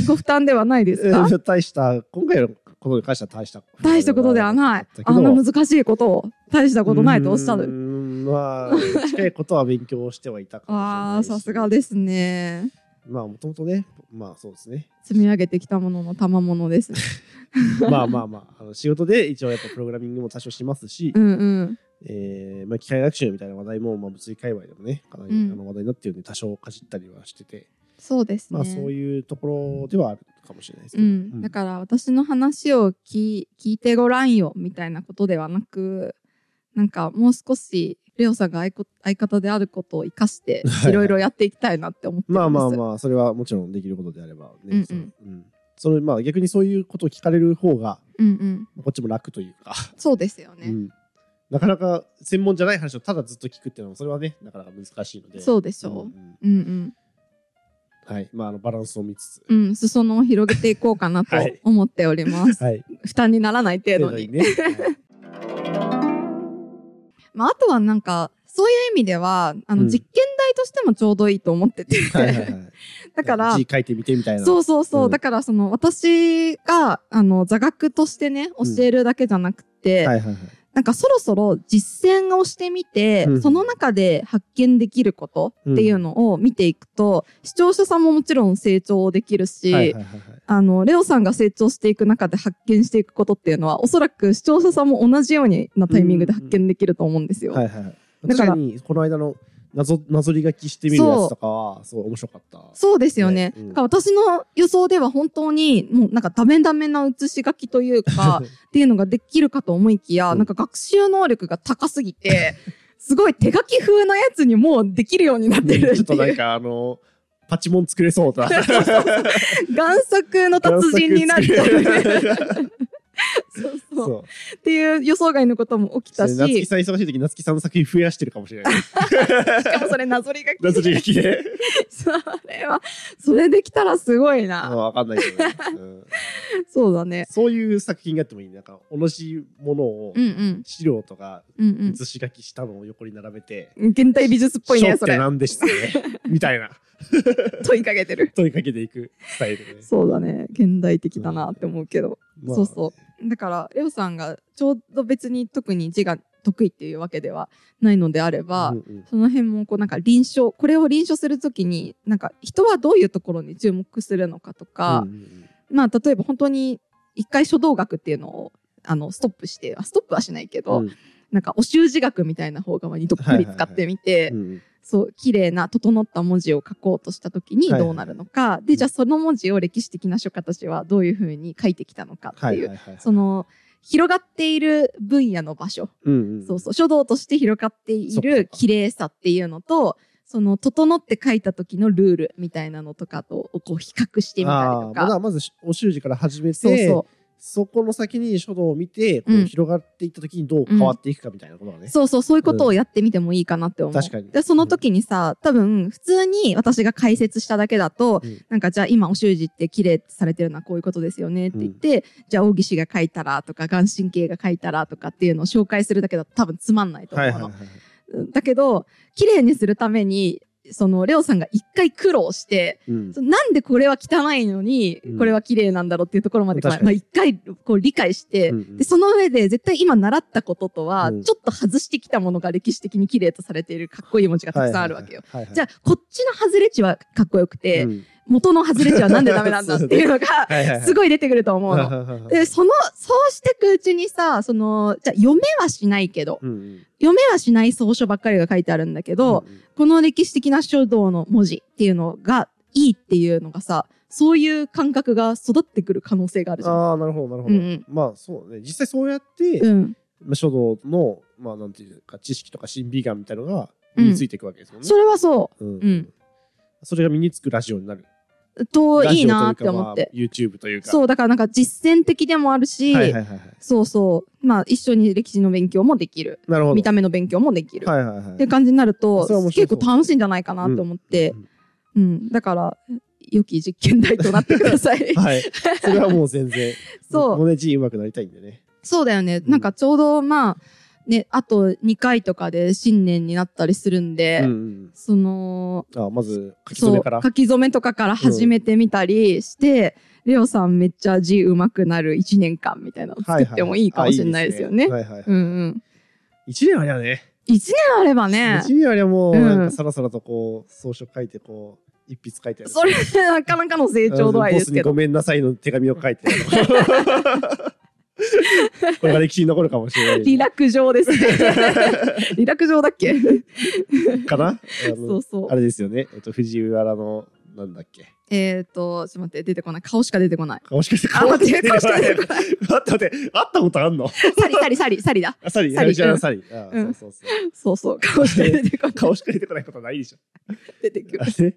Speaker 1: え、ご負担ではないですか
Speaker 2: 大した今回のことに関しては大した
Speaker 1: 大したことではない。
Speaker 2: だけ
Speaker 1: あ
Speaker 2: ど
Speaker 1: んな難しいことを大したことないとおっしゃ
Speaker 2: うー
Speaker 1: る。
Speaker 2: んまあ近いことは勉強してはいたかもしれない
Speaker 1: ああ、さすが
Speaker 2: で
Speaker 1: ですね。
Speaker 2: まあもともとねまあそうですね
Speaker 1: 積み上げてきたものの賜物です。
Speaker 2: まあまあまああの仕事で一応やっぱプログラミングも多少しますし、
Speaker 1: うんうん。
Speaker 2: えーまあ、機械学習みたいな話題も、まあ、物理界隈でもねかなり
Speaker 1: うん
Speaker 2: あの話題になってるんで多少かじったりはしてて、
Speaker 1: そうですね。
Speaker 2: まあそういうところではあるかもしれないですけ
Speaker 1: う
Speaker 2: ど、
Speaker 1: ん、だから私の話を聞聞いてごらんよみたいなことではなくなんかもう少しレオさんが相こ相方であることを生かして
Speaker 2: はい
Speaker 1: いろいろやっていきたいなって思ってるんで
Speaker 2: ますあまあまあそれはもちろんできることであれば
Speaker 1: うんうん
Speaker 2: ね、そのうんそのまあ逆にそういうことを聞かれる方が
Speaker 1: うんうん、
Speaker 2: こっちも楽というか
Speaker 1: そうですよ
Speaker 2: う
Speaker 1: ね、
Speaker 2: ん、なかなか専門じゃない話をただずっと聞くっていうのもそれはねなかなか難しいので
Speaker 1: そううでしょ
Speaker 2: んん
Speaker 1: う、うん
Speaker 2: はいまああのバランスを見つつ、
Speaker 1: うんうん裾野を広げていこうかなと
Speaker 2: はい
Speaker 1: 思っており ます、
Speaker 2: はい
Speaker 1: 負担にならない程度
Speaker 2: 程度
Speaker 1: に
Speaker 2: にね、はい
Speaker 1: まあ、あとはなんかそういう意味ではあの、
Speaker 2: うん
Speaker 1: 実験台としてもちょうどいいと思ってて、
Speaker 2: はいはいはい、
Speaker 1: だから
Speaker 2: 字書いてみてみたいな
Speaker 1: そううそうそう、
Speaker 2: うん
Speaker 1: だからその私があの座学としてね教えるだけじゃなくて、
Speaker 2: はいはいはい
Speaker 1: なんかそろそろ実践をしてみて、
Speaker 2: うん
Speaker 1: その中で発見できることっていうのを見ていくと、視聴者さんももちろん成長できるし、
Speaker 2: はいはいはい
Speaker 1: あのレオさんが成長していく中で発見していくことっていうのはおそらく視聴者さんも同じようなタイミングで発見できると思うんですよ。
Speaker 2: はいはいはい
Speaker 1: だから
Speaker 2: 確かにこの間の謎謎り書きしてみるやつとかはすごい面白かった
Speaker 1: そうですよね。
Speaker 2: ねうん
Speaker 1: だから私の予想では本当にもうなんかダメダメな写し書きという かっていうのができるかと思いきや、
Speaker 2: うん
Speaker 1: なんか学習能力が高すぎて、すごい手書き風なやつにもうできるようになってる
Speaker 2: ちょっ
Speaker 1: って
Speaker 2: とないん
Speaker 1: う。
Speaker 2: かあのパチモン作れそうだ
Speaker 1: 贋作の達人になるという。 そうそう
Speaker 2: そう
Speaker 1: っていう予想外のことも起きたし、
Speaker 2: 夏木
Speaker 1: し
Speaker 2: さん忙しい時夏木さんの作品増やしてるかもしれな い
Speaker 1: かもそれ謎り書き
Speaker 2: 謎り書きで
Speaker 1: それは、それできたらすごい
Speaker 2: ま
Speaker 1: な。
Speaker 2: あわかんないけど、ねうん
Speaker 1: そうだね。
Speaker 2: そういう作品があってもいいねなんか同じものを
Speaker 1: うんうん。
Speaker 2: 資料とか
Speaker 1: うん
Speaker 2: 写し書きしたのを横に並べて
Speaker 1: うん。現代美術っ
Speaker 2: 「書
Speaker 1: ぽいね、
Speaker 2: っ
Speaker 1: そ
Speaker 2: て
Speaker 1: れ。
Speaker 2: 何でしたね」みたいな
Speaker 1: 問いかけてる。
Speaker 2: 問いかけていくスタイルで、ね
Speaker 1: そうだね。現代的だなって思うけど。
Speaker 2: まあ
Speaker 1: そうそう。だから、レオさんがちょうど別に特に字が得意っていうわけではないのであれば、
Speaker 2: うんうん
Speaker 1: その辺もこうなんか臨床、これを臨床するときに、なんか人はどういうところに注目するのかとか
Speaker 2: う、んうんうん
Speaker 1: まあ例えば本当に一回書道学っていうのをあのストップしてあストップはしないけど、
Speaker 2: うん
Speaker 1: なんかお習字学みたいな方側にどっぷり使ってみて、
Speaker 2: うん
Speaker 1: そう綺麗な整った文字を書こうとした時に
Speaker 2: はいはい
Speaker 1: どうなるのか、でじゃあその文字を歴史的な書家たちはどういうふうに書いてきたのかっていう、
Speaker 2: はいはいはい。
Speaker 1: その広がっている分野の場所、
Speaker 2: うんうん
Speaker 1: そうそう書道として広がってい
Speaker 2: そっかそっ
Speaker 1: る
Speaker 2: か
Speaker 1: 綺麗さっていうのとその整って書いた時のルールみたいなのとかとこう比較してみたり
Speaker 2: あ
Speaker 1: と
Speaker 2: ーま
Speaker 1: か。
Speaker 2: だまずお習字から始めて
Speaker 1: そうそう
Speaker 2: そこの先に書道を見て、こ
Speaker 1: う
Speaker 2: うん広がっていった時にどう変わっていくかみたいなことがね。
Speaker 1: そうそう、そういうことをやってみてもいいかなって思う。
Speaker 2: 確かに
Speaker 1: で、その時にさ、多分、普通に私が解説しただけだと、
Speaker 2: うん
Speaker 1: なんか、じゃあ今、お習字って綺麗ってされてるのはこういうことですよねって言って、じゃあ、大岸が書いたらとか、眼神経が書いたらとかっていうのを紹介するだけだと多分つまんないと思うの。うんだけど、綺麗にするために、その、レオさんが一回苦労して、
Speaker 2: うん
Speaker 1: そのなんでこれは汚いのに
Speaker 2: うん、
Speaker 1: これは綺麗なんだろうっていうところまで、
Speaker 2: 確かに
Speaker 1: まあ一回、こう理解して、
Speaker 2: うんうん
Speaker 1: で、その上で絶対今習ったこととは、
Speaker 2: うん
Speaker 1: ちょっと外してきたものが歴史的に綺麗とされているかっこいい文字がたくさんあるわけよ。。じゃ
Speaker 2: あ、
Speaker 1: あ、こっちの外れ値はかっこよくて、
Speaker 2: うん
Speaker 1: 元の外れ値はなんでダメなんだっていうのが、
Speaker 2: はいはいはい
Speaker 1: すごい出てくると思うの。で、その、そうしてくうちにさ、その、じゃあ読めはしないけど、
Speaker 2: うんうん
Speaker 1: 読めはしない草書ばっかりが書いてあるんだけど、
Speaker 2: うんうん
Speaker 1: この歴史的な書道の文字っていうのがいいっていうのがさ、そういう感覚が育ってくる可能性があるじゃん。
Speaker 2: ああ、なるほど、なるほ
Speaker 1: うんう
Speaker 2: ど。
Speaker 1: ん。
Speaker 2: まあそうね、実際そうやって、
Speaker 1: うん。
Speaker 2: まあ書道の、まあなんていうか、知識とか審美眼みたいなのが
Speaker 1: うん
Speaker 2: 身についていくわけですもんね
Speaker 1: そ。れはそ
Speaker 2: う
Speaker 1: う
Speaker 2: ん
Speaker 1: ん
Speaker 2: それが身につくラジオになる。
Speaker 1: う。と、
Speaker 2: ラジオ
Speaker 1: いいなーって
Speaker 2: というか
Speaker 1: 思って。。
Speaker 2: まあ YouTube というか。
Speaker 1: そう、だからなんか実践的でもあるし、
Speaker 2: はいはいはいはい。
Speaker 1: そうそう、まあ一緒に歴史の勉強もできる、
Speaker 2: なるほど。
Speaker 1: 見た目の勉強もできる、
Speaker 2: はいはいはい。
Speaker 1: って感じになると
Speaker 2: それは面、白そ
Speaker 1: 結
Speaker 2: う
Speaker 1: 構楽しいんじゃないかなと思って、
Speaker 2: う。
Speaker 1: うんん、だから、良き実験台となってください
Speaker 2: はい。それはもう全然。
Speaker 1: そう
Speaker 2: 僕もね、字上手くなりたいんでね。
Speaker 1: そうだよね、
Speaker 2: うん
Speaker 1: なんかちょうどまあ、ね、あと2回とかで新年になったりするんで、
Speaker 2: うんうん
Speaker 1: その、
Speaker 2: あまず書き初
Speaker 1: そ
Speaker 2: め
Speaker 1: う
Speaker 2: から。
Speaker 1: 書き初めとかから始めてみたりして、レオさんめっちゃ字うまくなる1年間みたいなの作ってもいいかもしれないですよね。
Speaker 2: はいはいはい
Speaker 1: うんうん。
Speaker 2: 一年ありゃね。
Speaker 1: 一年あればね、
Speaker 2: 一年ありゃもう、
Speaker 1: うん
Speaker 2: なんかさらさらとこう、装飾書いて、こう、一筆書いてある。
Speaker 1: それなかなかの成長度合いですけ
Speaker 2: ボスにご
Speaker 1: ど。
Speaker 2: めんなさいの手紙を書 いてある。これが歴史に残るかもしれない。
Speaker 1: リラク状 ですね。リラク状だっけ
Speaker 2: かなあ
Speaker 1: そ
Speaker 2: の
Speaker 1: うそう
Speaker 2: あ。れですよね。えっと、藤原の、なんだっけ。
Speaker 1: えっ、ー、と、ちょっと待って、出てこない。顔しか出てこない。
Speaker 2: もしかして
Speaker 1: あ、待って、顔しか出てこない。
Speaker 2: 待って待って、会ったことあんの
Speaker 1: サリサリサリサリだ。
Speaker 2: あ、サリ、
Speaker 1: サリ
Speaker 2: 藤原サリ。あ
Speaker 1: うん
Speaker 2: そうそうそ
Speaker 1: そうそう、
Speaker 2: う。
Speaker 1: 顔しか出てこない。
Speaker 2: 顔しか出てこないことはないでしょ。
Speaker 1: 出てくる
Speaker 2: あ。れ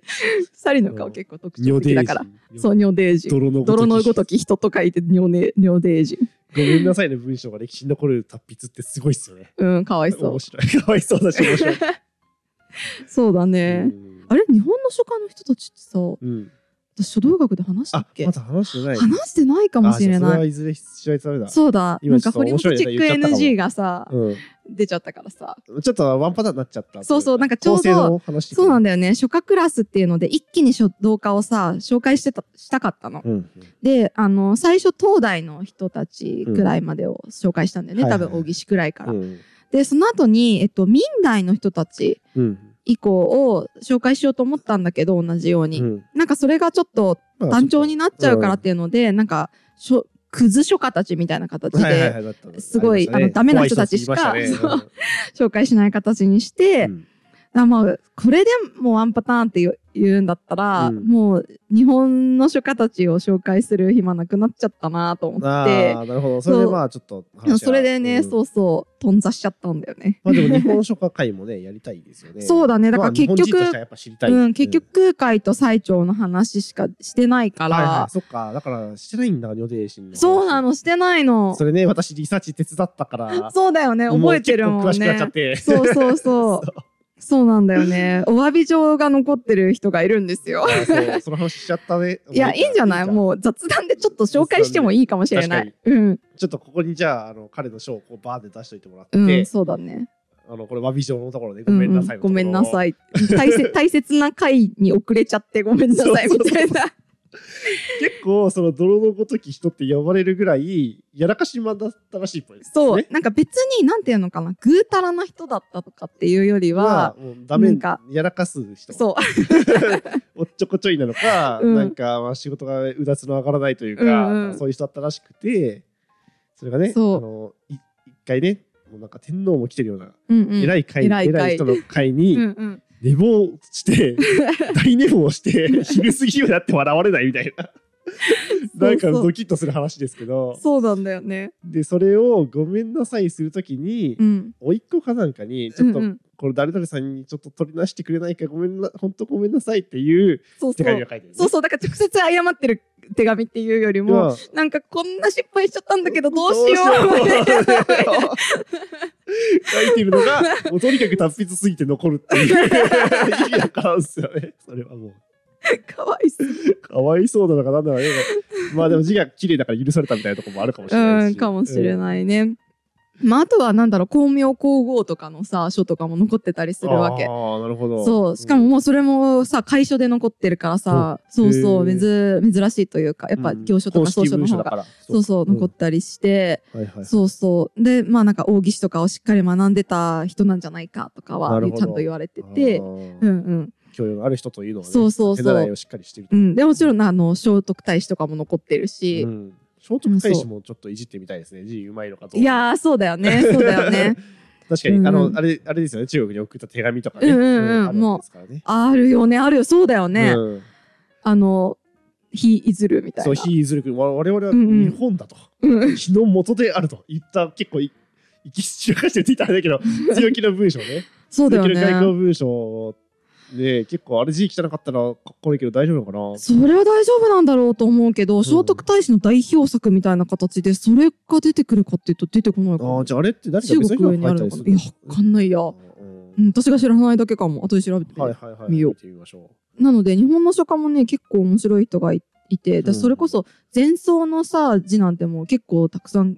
Speaker 1: サリの顔結構特徴的だから。そう、尿デージ。
Speaker 2: 泥のごとき
Speaker 1: 泥のごとき人と書いて尿ね、尿デージ。
Speaker 2: ごめんなさいね、文章が歴史に残る達筆ってすごいっすよね。
Speaker 1: うん、かわいそう
Speaker 2: 面。白い。かわいそうだし、面白い。
Speaker 1: そうだ
Speaker 2: う
Speaker 1: ね。
Speaker 2: ん
Speaker 1: あれ日本の書家の人たちってさ、
Speaker 2: うん。
Speaker 1: 私書道学で話した
Speaker 2: あ
Speaker 1: っ、け
Speaker 2: まだ話してない。
Speaker 1: 話してないかもしれ
Speaker 2: あじゃあそれ
Speaker 1: な。
Speaker 2: はいいずれしないとダメだ。
Speaker 1: そうだ。な
Speaker 2: 今
Speaker 1: ん
Speaker 2: ちょ
Speaker 1: か
Speaker 2: っと面
Speaker 1: 堀
Speaker 2: 白
Speaker 1: 本
Speaker 2: い
Speaker 1: チ
Speaker 2: ネ
Speaker 1: ェ
Speaker 2: タ
Speaker 1: ッ
Speaker 2: 言
Speaker 1: ク
Speaker 2: っちゃったかも
Speaker 1: NG がさ、
Speaker 2: う
Speaker 1: 出ちゃったからさ。
Speaker 2: ん。ちょっとワンパターンになっちゃった。
Speaker 1: そうそうなんかちょうど
Speaker 2: 構成の話
Speaker 1: そうなん
Speaker 2: だ。
Speaker 1: だよね。書家クラスっていうので、一気に書道家をさ、紹介してた、したかったの。
Speaker 2: うん。
Speaker 1: で、あの、最初、東大の人たちくらいまでを紹介したんだよね。
Speaker 2: うん
Speaker 1: 多
Speaker 2: はい
Speaker 1: 分、
Speaker 2: はい
Speaker 1: 大岸くらいから。
Speaker 2: うん。
Speaker 1: で、その後に、えっと、民代の人たち
Speaker 2: うん。
Speaker 1: 以降を紹介しようと思ったんだけど、同じように。
Speaker 2: うん
Speaker 1: なんか、それがちょっと
Speaker 2: まあ
Speaker 1: 単調になっちゃうからっていうので、なんか、書クズ書家たちみたいな形で、
Speaker 2: はいはいはいだったの
Speaker 1: すごい
Speaker 2: りましたね
Speaker 1: あのダメな人たちしか
Speaker 2: 怖い人たちいました ね
Speaker 1: 紹介しない形にして、
Speaker 2: うん
Speaker 1: あまあ、これでもワンパターンって言う言うんだったら、
Speaker 2: うん
Speaker 1: もう日本の書家たちを紹介する暇なくなっちゃったなと思
Speaker 2: あ
Speaker 1: って、
Speaker 2: あ、なるほど。それで
Speaker 1: そう
Speaker 2: まあちょっと話
Speaker 1: でも
Speaker 2: は。
Speaker 1: それでね、
Speaker 2: うん
Speaker 1: そうそう、頓挫しちゃったんだよね。
Speaker 2: まあでも日本書家会もね、やりたいですよね。
Speaker 1: そうだね、だか
Speaker 2: まあ
Speaker 1: ら結
Speaker 2: 日本人と
Speaker 1: 局、
Speaker 2: してはやっぱ知りたい。
Speaker 1: うん、結局空海と最澄の話しかしてないか
Speaker 2: うん。
Speaker 1: ら、
Speaker 2: はいはい、そっか。だからしてないんだ、女帝心の。
Speaker 1: そうな。の、してないの。
Speaker 2: それね、私リサーチ手伝ったから。
Speaker 1: そうだよね、
Speaker 2: もう
Speaker 1: 覚えてるもん
Speaker 2: 結構詳しくなっちゃっ
Speaker 1: ね。
Speaker 2: て。
Speaker 1: そうそう そう。そうなんだよね。お詫び状が残ってる人 がいるんですよ。
Speaker 2: あそうその話しちゃったね。
Speaker 1: いや、いいんじゃない
Speaker 2: もう
Speaker 1: もう雑談でちょっと紹介してもいいかもしれない。うん、
Speaker 2: ちょっとここにじゃあ、あの彼の書をこうバーで出しといてもらって、
Speaker 1: うん、そうだね。
Speaker 2: あのこれ、和美上のところでご
Speaker 1: う
Speaker 2: めん
Speaker 1: んう
Speaker 2: なさい
Speaker 1: ん
Speaker 2: の
Speaker 1: ご
Speaker 2: ところ、
Speaker 1: めんなさい。大切大切な回に遅れちゃってごめんなさい
Speaker 2: そう
Speaker 1: み
Speaker 2: そうそう
Speaker 1: たいな。
Speaker 2: 結構その泥のごとき人って呼ばれるぐらいやらかしまだったらしいっぽいですね。
Speaker 1: そう、なんか別に、なんていうのかな、ぐうたらな人だったとかっていうより
Speaker 2: まあ
Speaker 1: は、
Speaker 2: もうダメ
Speaker 1: なんか
Speaker 2: やらかす人
Speaker 1: そう、
Speaker 2: おっちょこちょいなのか、
Speaker 1: うん
Speaker 2: なんかまあ仕事がうだつの上がらないというか、
Speaker 1: うんうん
Speaker 2: そういう人だったらしくてそれがねあ
Speaker 1: そう
Speaker 2: のい一回ねもうなんか天皇も来てるような、
Speaker 1: うんうん、
Speaker 2: 偉い会
Speaker 1: 偉
Speaker 2: 偉
Speaker 1: い会
Speaker 2: い人の会に、
Speaker 1: うんうん、
Speaker 2: 寝坊して、 大寝坊して、昼過ぎになって笑われないみたいな。なんか
Speaker 1: そうそう
Speaker 2: ドキッとする話ですけど、
Speaker 1: そうなんだよね。
Speaker 2: で、それをごめんなさいするときに
Speaker 1: う、ん、
Speaker 2: 甥っ子かなんかに、ちょっと
Speaker 1: うんうん、
Speaker 2: この誰々さんにちょっと取りなしてくれないか、ごめんな、本当ごめんなさいっていう
Speaker 1: そう
Speaker 2: 手
Speaker 1: そ
Speaker 2: 紙
Speaker 1: う
Speaker 2: が。書いてあるね。
Speaker 1: そうそう、だから直接謝ってる手紙っていうより
Speaker 2: ま
Speaker 1: も、
Speaker 2: あ
Speaker 1: なんかこんな失敗しちゃったんだけど、どうしよう。
Speaker 2: どうしよう書いてるのが、もうとにかく達筆すぎて残るっていう。意味わからんっすよね。それはもう。
Speaker 1: かわいそう。
Speaker 2: かわいそうなのかなんだろうね。まあでも字が綺麗だから許されたみたいなところもあるかもしれな
Speaker 1: う
Speaker 2: い
Speaker 1: ん、
Speaker 2: し。
Speaker 1: かもしれ
Speaker 2: い。
Speaker 1: ないね。まあ、あとは、なんだろう、光明皇后とかのさ、書とかも残ってたりするわけ。
Speaker 2: ああ、なるほど。
Speaker 1: そう。しかももうそれもさ、会所で残ってるからさ、そうそう、
Speaker 2: へ
Speaker 1: めず珍しいというか、やっぱ行書とか
Speaker 2: 公式
Speaker 1: 草書の
Speaker 2: 文
Speaker 1: 方
Speaker 2: 書だ
Speaker 1: が、
Speaker 2: から。
Speaker 1: そうそう、残ったりして、
Speaker 2: うんはいはい。
Speaker 1: そうそう。で、まあなんか、奥義とかをしっかり学んでた人なんじゃないかとかは、
Speaker 2: な
Speaker 1: ち
Speaker 2: るほど
Speaker 1: ゃんと言われて
Speaker 2: あ
Speaker 1: て、
Speaker 2: ー
Speaker 1: うんうん。
Speaker 2: 教養がある人というのはね、
Speaker 1: そうそう
Speaker 2: 手
Speaker 1: そ。
Speaker 2: 習いうをしっかりしてる
Speaker 1: う。ん。で、もちろん、あの、聖徳太子とかも残ってるし、
Speaker 2: うん聖徳太子もちょっといじってみたいですね。字うまいのかと。
Speaker 1: いやー、そうだよね。そうだよね。
Speaker 2: 確かに、あ
Speaker 1: う
Speaker 2: の
Speaker 1: ん、
Speaker 2: あれ、あれですよね。中国に送った手紙とかね。
Speaker 1: うんうんうん
Speaker 2: あるわけですからね。
Speaker 1: あるよね、あるよ、そうだよね。
Speaker 2: うん
Speaker 1: あの、日いずるみたいな。
Speaker 2: そう、非ずるく、わ我々は
Speaker 1: うんうん
Speaker 2: 日本だと。
Speaker 1: うん
Speaker 2: 日の元であると言った、結構い、行き散らかしてるって言ったらあれだけど、 強気な文章ね。
Speaker 1: そうだよ
Speaker 2: できる外交
Speaker 1: ね。
Speaker 2: 文章で結構あれ字汚かったらかっこいいけど大丈夫なのか
Speaker 1: それは大丈夫なんだろうと思うけど、聖徳太子の代表作みたいな形で、それが出てくるかっていうと出てこないか
Speaker 2: なあ
Speaker 1: も
Speaker 2: ーじゃああれって誰か
Speaker 1: 中
Speaker 2: 別の
Speaker 1: 国
Speaker 2: 人
Speaker 1: 上
Speaker 2: が
Speaker 1: にあ
Speaker 2: 書
Speaker 1: る
Speaker 2: いた
Speaker 1: のかな
Speaker 2: りする
Speaker 1: いや、わかんないや。
Speaker 2: うん
Speaker 1: うん、私が知らないだけかも。後で調べてみる。
Speaker 2: はいはいはい
Speaker 1: 見よう
Speaker 2: てみましょ
Speaker 1: なので、日本の書家もね、結構面白い人がいいて、だ
Speaker 2: うん
Speaker 1: それこそ、前奏のさ、字なんてもう結構たくさん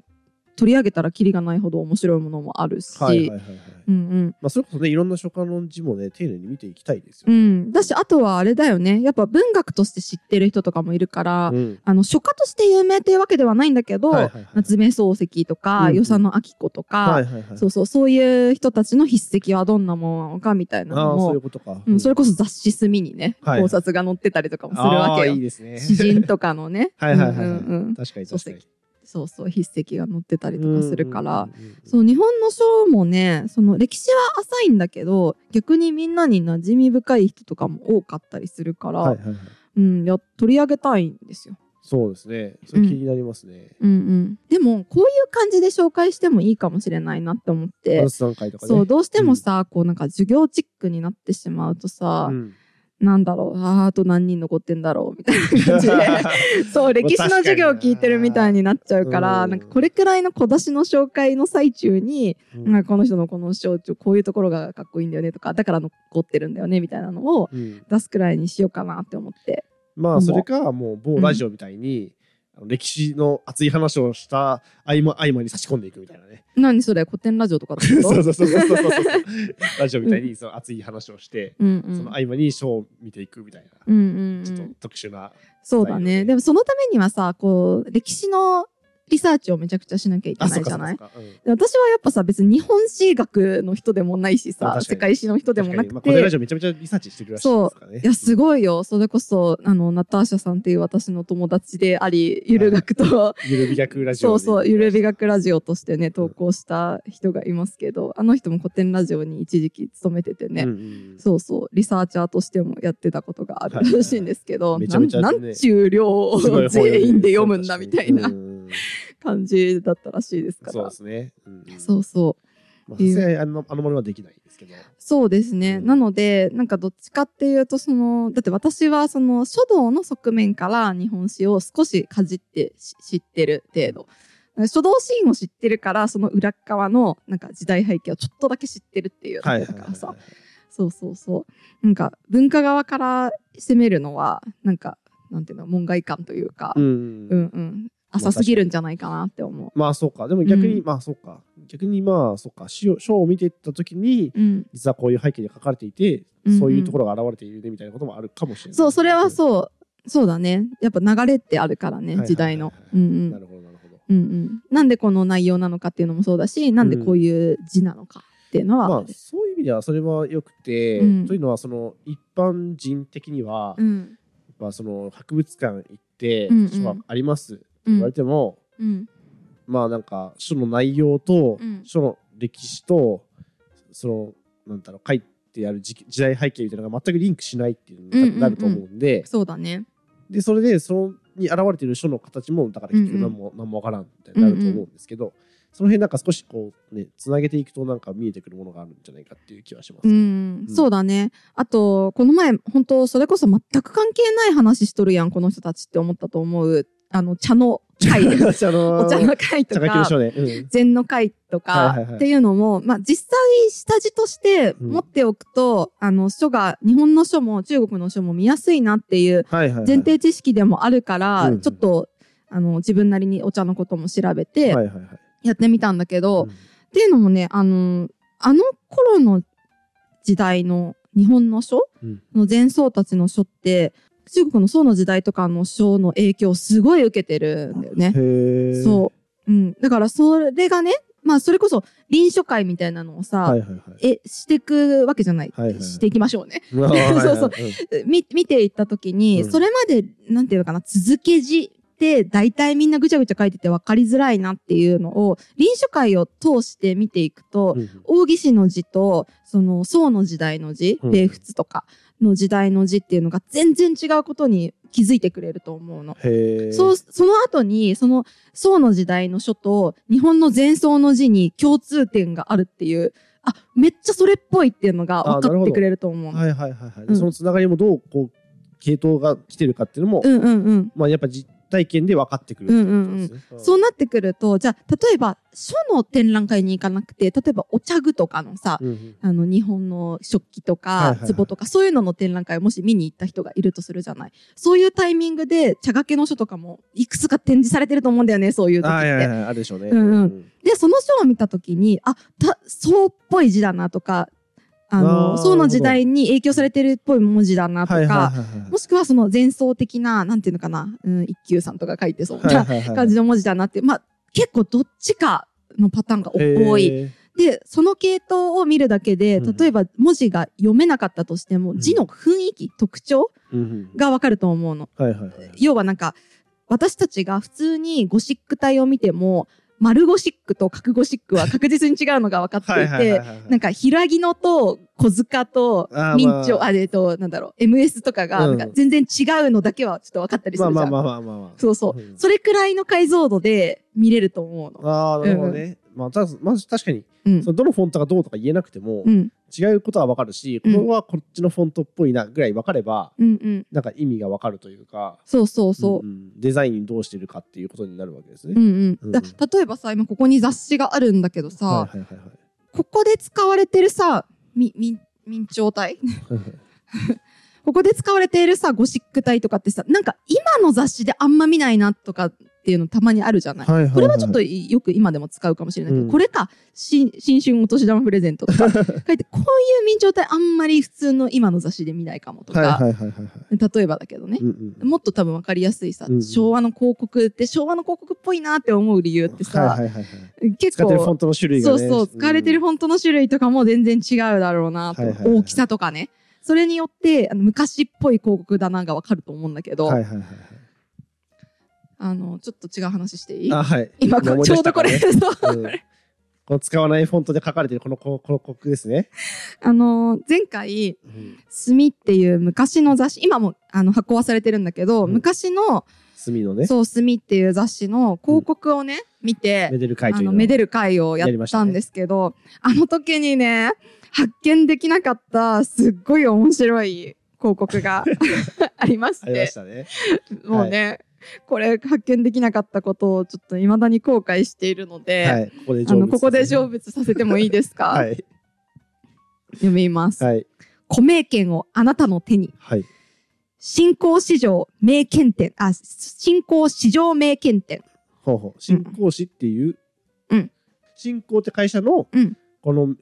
Speaker 1: 取り上げたらキリがないほど面白いものもあるし、
Speaker 2: うはいはいはいはい
Speaker 1: うんうん。
Speaker 2: まあそれこそねいろんな書家の字もね丁寧に見ていきたいですよ
Speaker 1: う
Speaker 2: ね
Speaker 1: ん。だし、あとはあれだよね。やっぱ文学として知ってる人とかもいるから、
Speaker 2: うん
Speaker 1: あの、書家として有名っていうわけではないんだけど、
Speaker 2: はいはいはい
Speaker 1: 夏目漱石と
Speaker 2: うん
Speaker 1: か、
Speaker 2: うん
Speaker 1: 与謝野明子とか、
Speaker 2: はいはいはい
Speaker 1: そうそう、そういう人たちの筆跡はどんなものなのかみたいな
Speaker 2: あ
Speaker 1: の
Speaker 2: あそうい
Speaker 1: も
Speaker 2: う、ことか
Speaker 1: うん、それこそ雑誌隅にね、
Speaker 2: はい
Speaker 1: 考察が載ってたりとかもするわけ
Speaker 2: あー
Speaker 1: よ
Speaker 2: いい。で すね。
Speaker 1: 詩人とかのね
Speaker 2: はいはいはいはい
Speaker 1: うんうんうん
Speaker 2: 確かに確かに
Speaker 1: そうそう、筆跡が載ってたりとかするから、
Speaker 2: うんうんうん
Speaker 1: そう、日本の書もね、その歴史は浅いんだけど、逆にみんなに馴染み深い人とかも多かったりするから、
Speaker 2: はいはいはい
Speaker 1: うん、や、取り上げたいんですよ。
Speaker 2: そうですねそれ気になりますね
Speaker 1: うんうん。でも、こういう感じで紹介してもいいかもしれないなって思って
Speaker 2: ダン、ス段階とかね
Speaker 1: そう、どうしてもさ、こうなんか授業チックになってしまうとさ
Speaker 2: う、ん
Speaker 1: なんだろう、あーあと何人残ってんだろう、みたいな感じで。 そう、歴史の授業を聞いてるみたいになっちゃうから、
Speaker 2: うん
Speaker 1: なんかこれくらいの小出しの紹介の最中に、
Speaker 2: うん
Speaker 1: なんかこの人のこの象徴、こういうところがかっこいいんだよねとか、だから残ってるんだよね、みたいなのを
Speaker 2: うん
Speaker 1: 出すくらいにしようかなって思って。思う
Speaker 2: まあそれかもう某ラジオみたいに、あの歴史の熱い話をした合間合間に差し込んでいくみたいなね
Speaker 1: 何それ古典ラジオと かってこと
Speaker 2: そうそうそうそうそうそうラジオみたいにその熱い話をして、
Speaker 1: うんうん
Speaker 2: その合間にショーを見ていくみたいな、
Speaker 1: うんうんう
Speaker 2: ちょっ
Speaker 1: ん
Speaker 2: と。特殊な
Speaker 1: そうだ
Speaker 2: だよ
Speaker 1: ね。
Speaker 2: ね
Speaker 1: でもそのためにはさ、こう、歴史のリサーチをめちゃくちゃしなきゃいけ
Speaker 2: あ
Speaker 1: な
Speaker 2: そ
Speaker 1: いうじ
Speaker 2: か
Speaker 1: ゃ
Speaker 2: そうか
Speaker 1: な
Speaker 2: そう
Speaker 1: い
Speaker 2: かうん
Speaker 1: 私はやっぱさ、別に日本史学の人でもないし
Speaker 2: まあ
Speaker 1: さ、
Speaker 2: 確か
Speaker 1: 世
Speaker 2: に
Speaker 1: 界史の人でもな
Speaker 2: 確かにま
Speaker 1: く
Speaker 2: あ、これラ
Speaker 1: て、
Speaker 2: ジオめちゃめちゃリサーチしてるらしい
Speaker 1: そう
Speaker 2: ですからね
Speaker 1: いや、す
Speaker 2: い
Speaker 1: ごいよ。それこそ、あの、ナターシャさんっていう私の友達であり、ゆる学と、
Speaker 2: ゆる美学ラジ
Speaker 1: そ
Speaker 2: オ
Speaker 1: うそう、ゆる美学
Speaker 2: ラ
Speaker 1: ラジオとしてね、投稿した人がいますけど、あの人も古典ラジオに一時期勤めててね、そうそう、リサーチャーとしてもやってたことがあるらしいんですけど、
Speaker 2: はいはい
Speaker 1: な
Speaker 2: はい
Speaker 1: ん
Speaker 2: めちゃめち
Speaker 1: な
Speaker 2: ゃね
Speaker 1: んちゅう量を全員で読むんだみたいな感じだったらしいですか
Speaker 2: そう
Speaker 1: ら
Speaker 2: で。すね、うんうん
Speaker 1: そうそう。
Speaker 2: まあ、さすがにあのあのものはできないですけど、
Speaker 1: そうですね。
Speaker 2: うん
Speaker 1: なので、なんかどっちかっていうと、その、だって私はその書道の側面から日本史を少しかじってし知ってる程度。書道シーンを知ってるから、その裏っ側のなんか時代背景をちょっとだけ知ってるっていうだけだからさ。そうそうそう。なんか文化側から攻めるのは、なんか、なんていうの、門外観というか、
Speaker 2: うん
Speaker 1: うん、うん浅すぎるんじゃないかなって思
Speaker 2: まあそうかでも逆に、
Speaker 1: うん
Speaker 2: まあそうか逆にまあそうか書を書を見ていった時に
Speaker 1: う。うん。
Speaker 2: 実はこういう背景に書かれていて、
Speaker 1: うんうん
Speaker 2: そういうところが現れているねみたいなこともあるかもしれない
Speaker 1: そう、それはそう。そうだねやっぱ流れってあるからね、
Speaker 2: はいはいはいはい
Speaker 1: 時代の、うんうん
Speaker 2: なるほどなるほど
Speaker 1: うんうん、なんでこの内容なのかっていうのもそうだしなんでこういう字なのかっていうのは、
Speaker 2: まあそういう意味ではそれはよくて、
Speaker 1: うん
Speaker 2: というのはその一般人的には、
Speaker 1: うん
Speaker 2: まあ、その博物館行って
Speaker 1: うんうん
Speaker 2: 書はありますって言われても、
Speaker 1: うん
Speaker 2: まあなんか書の内容と、
Speaker 1: うん
Speaker 2: 書の歴史とそのなんだろう書いてある時期時代背景みたいなのが全くリンクしないっていうの
Speaker 1: うん
Speaker 2: に
Speaker 1: うんうん
Speaker 2: なると思うんで、
Speaker 1: そうだね
Speaker 2: でそれでそのに現れてる書の形もだから結局何も,、何もわからんみたいになると思うんですけど、その辺なんか少しこうねつなげていくとなんか見えてくるものがあるんじゃないかっていう気はします。
Speaker 1: うん、
Speaker 2: うん
Speaker 1: そうだねあとこの前本当それこそ全く関係ない話しとるやんこの人たちって思ったと思うあの茶の会
Speaker 2: お茶の
Speaker 1: お茶の会と
Speaker 2: 茶会系
Speaker 1: か
Speaker 2: の少年、うん
Speaker 1: 禅の会とか
Speaker 2: はいはいはい
Speaker 1: っていうのも、まあ、実際下地として持っておくと、あの書が日本の書も中国の書も見やすいなっていう
Speaker 2: はいはいはい、
Speaker 1: 前提知識でもあるから、
Speaker 2: うんうん
Speaker 1: ちょっとあの自分なりにお茶のことも調べて
Speaker 2: はいはいはい
Speaker 1: やってみたんだけど、
Speaker 2: うん
Speaker 1: っていうのもねあのあの頃の時代の日本の書、
Speaker 2: うん
Speaker 1: の前僧たちの書って中国の宋の時代とかの書の影響をすごい受けてるんだよね。
Speaker 2: へえ
Speaker 1: そう、うん、だからそれがね、まあ、それこそ臨書会みたいなのをさ、
Speaker 2: はいはいはい
Speaker 1: えしていくわけじゃない,、
Speaker 2: はいはいはい
Speaker 1: していきましょうね。
Speaker 2: うわー
Speaker 1: そうそう
Speaker 2: はいはいはい
Speaker 1: み見ていった時に、
Speaker 2: うん
Speaker 1: それまでなんていうのかな続け字って大体みんなぐちゃぐちゃ書いてて分かりづらいなっていうのを臨書会を通して見ていくと、
Speaker 2: うんうん
Speaker 1: 王羲之の字とその宋の時代の字
Speaker 2: うん
Speaker 1: 礼仏とかの時代の字っていうのが全然違うことに気づいてくれると思うの。
Speaker 2: へえ
Speaker 1: そうその後にその宋の時代の書と日本の前宋の字に共通点があるっていうあめっちゃそれっぽいっていうのが
Speaker 2: あ
Speaker 1: 分
Speaker 2: なる
Speaker 1: かっ
Speaker 2: ほ
Speaker 1: て
Speaker 2: ど
Speaker 1: くれると思うの。
Speaker 2: はいはいはいはい、
Speaker 1: うん
Speaker 2: そのつながりもどうこう系統が来てるかっていうのも、
Speaker 1: うんうんうん
Speaker 2: まあやっぱ実体験で分かってくるってことですね、
Speaker 1: そうなってくるとじゃあ例えば書の展覧会に行かなくて例えばお茶具とかのさ、
Speaker 2: うんうん
Speaker 1: あの日本の食器と
Speaker 2: はい
Speaker 1: か
Speaker 2: はいはい
Speaker 1: 壺とかそういうのの展覧会をもし見に行った人がいるとするじゃないそういうタイミングで茶掛けの書とかもいくつか展示されてると思うんだよねそういう時っ
Speaker 2: あ
Speaker 1: て。
Speaker 2: いやいやいやあるでしょうね。
Speaker 1: うんうん
Speaker 2: ん
Speaker 1: でその書を見た時にあたそうっぽい字だなとかあ
Speaker 2: あー
Speaker 1: の宋の時代に影響されてるっぽい文字だなと
Speaker 2: はいはい
Speaker 1: か
Speaker 2: はい
Speaker 1: もしくはその前奏的ななんていうのかな、うん、一休さんとか書いてそうな、
Speaker 2: はいはいはい
Speaker 1: 感じの文字だなって、まあ、結構どっちかのパターンが多い。
Speaker 2: へ
Speaker 1: で、その系統を見るだけで、
Speaker 2: うん
Speaker 1: 例えば文字が読めなかったとしても、
Speaker 2: ん
Speaker 1: 字の雰囲気、特徴
Speaker 2: ーうんうん
Speaker 1: がわかると思うの。
Speaker 2: はいはいはい
Speaker 1: 要はなんか、私たちが普通にゴシック体を見ても、丸ゴシックと角ゴシックは確実に違うのが分かっていて、なん
Speaker 2: か
Speaker 1: か、平木野と小塚と
Speaker 2: あー
Speaker 1: 明
Speaker 2: ま
Speaker 1: 朝、
Speaker 2: あ
Speaker 1: あ、えっと、なんだろう、MS とかが、
Speaker 2: う
Speaker 1: なんんか全然違うのだけはちょっと分かったりす
Speaker 2: まあ
Speaker 1: るじ
Speaker 2: ま
Speaker 1: ゃ
Speaker 2: あ
Speaker 1: ん。
Speaker 2: まあまあまあまあ
Speaker 1: そうそう、
Speaker 2: うん
Speaker 1: それくらいの解像度で見れると思うの。
Speaker 2: ああなるほどね、まあたまあ確かに
Speaker 1: うん
Speaker 2: そのどのフォントがどうとか言えなくても、
Speaker 1: うん
Speaker 2: 違うことは分かるし、
Speaker 1: うん
Speaker 2: これはこっちのフォントっぽいなぐらい分かれば
Speaker 1: うんうん
Speaker 2: なんか意味が分かるというか
Speaker 1: そうそうそう
Speaker 2: う、んうんデザインどうしてるかっていうことになるわけですね。
Speaker 1: うんうん
Speaker 2: うん
Speaker 1: だ例えばさ今ここに雑誌があるんだけどさ、
Speaker 2: はいはいはい
Speaker 1: ここで使われてるさみ民明朝体
Speaker 2: はい
Speaker 1: ここで使われているさゴシック体とかってさなんか今の雑誌であんま見ないなとかっていうのたまにあるじゃない、
Speaker 2: はいはいはい
Speaker 1: これはちょっといよく今でも使うかもしれないけど、
Speaker 2: うん
Speaker 1: これか新新春お年玉プレゼントとか書いてこういう明朝体あんまり普通の今の雑誌で見ないかもとか、
Speaker 2: はいはいはいはいは
Speaker 1: 例えばだけどね
Speaker 2: い。う、んうん
Speaker 1: もっと多分分かりやすいさ、
Speaker 2: うん
Speaker 1: 昭和の広告って昭和の広告っぽいなって思う理由ってさ、
Speaker 2: はいはいはいはい
Speaker 1: 結
Speaker 2: 使ってるフォ
Speaker 1: 構
Speaker 2: ントの種類が
Speaker 1: そ
Speaker 2: ね。
Speaker 1: うそう使われてる
Speaker 2: フ
Speaker 1: フォントの種類とかも全然違うだろうなと、
Speaker 2: はいはいはい
Speaker 1: 大きさとかねそれによってあの昔っぽい広告だなが分かると思うんだけど、
Speaker 2: はいはいはいはい。
Speaker 1: あのちょっと違う話していい
Speaker 2: あはい。
Speaker 1: 今
Speaker 2: 思い
Speaker 1: こ
Speaker 2: 出
Speaker 1: ちょ
Speaker 2: し
Speaker 1: う
Speaker 2: た
Speaker 1: ど
Speaker 2: か
Speaker 1: こ
Speaker 2: ら
Speaker 1: れ、
Speaker 2: ね
Speaker 1: そう
Speaker 2: うんこの使わないフォントで書かれてるこの広告ですね。
Speaker 1: あの前回「墨」っていう昔の雑誌今もあの発行はされてるんだけど、
Speaker 2: うん
Speaker 1: 昔の
Speaker 2: 隅の
Speaker 1: 「
Speaker 2: ね
Speaker 1: そう墨」っていう雑誌の広告をね、見て、
Speaker 2: めでる会と
Speaker 1: あ
Speaker 2: いう
Speaker 1: の
Speaker 2: の
Speaker 1: めでる会をやったんですけど、あの時にね発見できなかったすっごい面白い広告 がありまし
Speaker 2: ありま
Speaker 1: て
Speaker 2: したね。
Speaker 1: もうね、これ発見できなかったことをちょっと未だに後悔しているので、
Speaker 2: はい。ここで
Speaker 1: あ
Speaker 2: 成
Speaker 1: の
Speaker 2: 仏
Speaker 1: ここで成仏させてもいいですか、
Speaker 2: はい
Speaker 1: 読みます、
Speaker 2: はい
Speaker 1: 古名券をあなたの手に
Speaker 2: はい。
Speaker 1: 新興市場名券店あ新興市場名券店
Speaker 2: ほうほう。新興市っていう
Speaker 1: うん。
Speaker 2: 新興って会社の
Speaker 1: うん
Speaker 2: この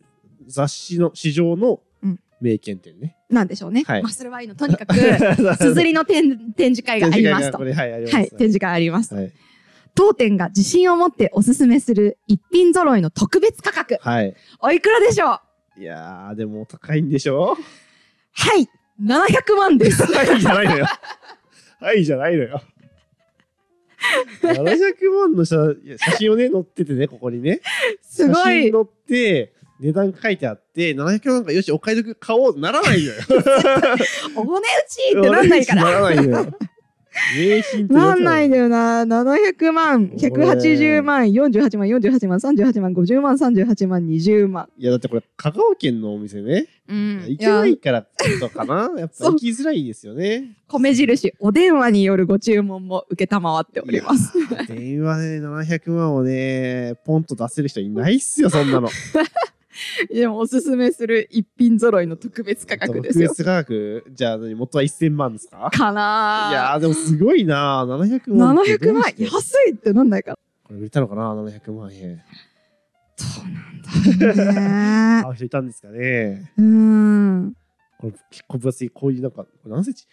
Speaker 2: 雑誌の市場の
Speaker 1: うん
Speaker 2: 名犬店ね。
Speaker 1: なんでしょうね。
Speaker 2: はい
Speaker 1: まあそれはいいの。とに かく、すずりの展展示会がありますと。
Speaker 2: こ
Speaker 1: は
Speaker 2: れはい、あり
Speaker 1: い、
Speaker 2: ま
Speaker 1: 展
Speaker 2: す。
Speaker 1: 示会あります。
Speaker 2: はい。
Speaker 1: 当店が自信を持っておすすめする一品揃いの特別価格。
Speaker 2: はい。
Speaker 1: おいくらでしょう
Speaker 2: いやー、でも高いんでしょ
Speaker 1: はい、700万 です。
Speaker 2: はいじゃないのよ。はいじゃないのよ。700万の写いや写真をね、載っててね、ここにね。
Speaker 1: すご
Speaker 2: 写真
Speaker 1: い。
Speaker 2: 載って、値段書いてあって、700万かよし、お買い得買おうならないのよ。
Speaker 1: お値打ちってなんない から。
Speaker 2: ならないのよ。名品っ て
Speaker 1: なんない
Speaker 2: の。
Speaker 1: だよな。700万、180万、48万、48万、38万、50万、38万、20万。
Speaker 2: いや、だってこれ、香川県のお店ね。
Speaker 1: う
Speaker 2: 行けないからってことかな。やっぱ行きづらいですよね。
Speaker 1: 米印、お電話によるご注文も承っております。
Speaker 2: 電話でね700万をねポンと出せる人いないっすよそんなの
Speaker 1: でも、おすすめする一品揃いの特別価格ですよ
Speaker 2: 特。別価格じゃあ何元は1000万ですか
Speaker 1: か
Speaker 2: い
Speaker 1: な
Speaker 2: やーでもすごいな700
Speaker 1: ー
Speaker 2: 万って
Speaker 1: 700
Speaker 2: どう
Speaker 1: 万
Speaker 2: して
Speaker 1: 安いってなんないか
Speaker 2: これ売れたのかな700万円
Speaker 1: そうなんだね。
Speaker 2: 買う人いたんですかね
Speaker 1: うーん。
Speaker 2: これ結構分厚いこういうなんかこれ何センチ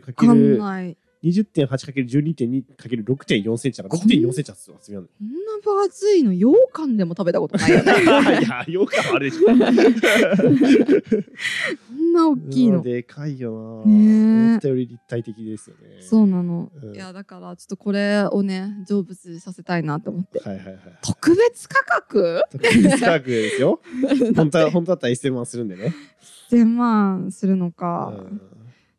Speaker 1: わかん
Speaker 2: 20×20.8×12.2×6.4
Speaker 1: ない。
Speaker 2: センチだから6.4センチだっすよすみま
Speaker 1: こんな分厚いの、羊羹でも食べたこと ない よね。
Speaker 2: せんいやよくあるでしょ
Speaker 1: こんな大きいの。
Speaker 2: でかいよな
Speaker 1: ねえ
Speaker 2: 思ったより立体的ですよね
Speaker 1: そうなの。
Speaker 2: うん
Speaker 1: いやだからちょっとこれをね成仏させたいなと思って。
Speaker 2: はいはいはい
Speaker 1: 特別価格？
Speaker 2: 特別価格です よ
Speaker 1: だ
Speaker 2: 本
Speaker 1: っ
Speaker 2: 当は
Speaker 1: て
Speaker 2: 本当だったら1000万するんでね。
Speaker 1: 千万するのか。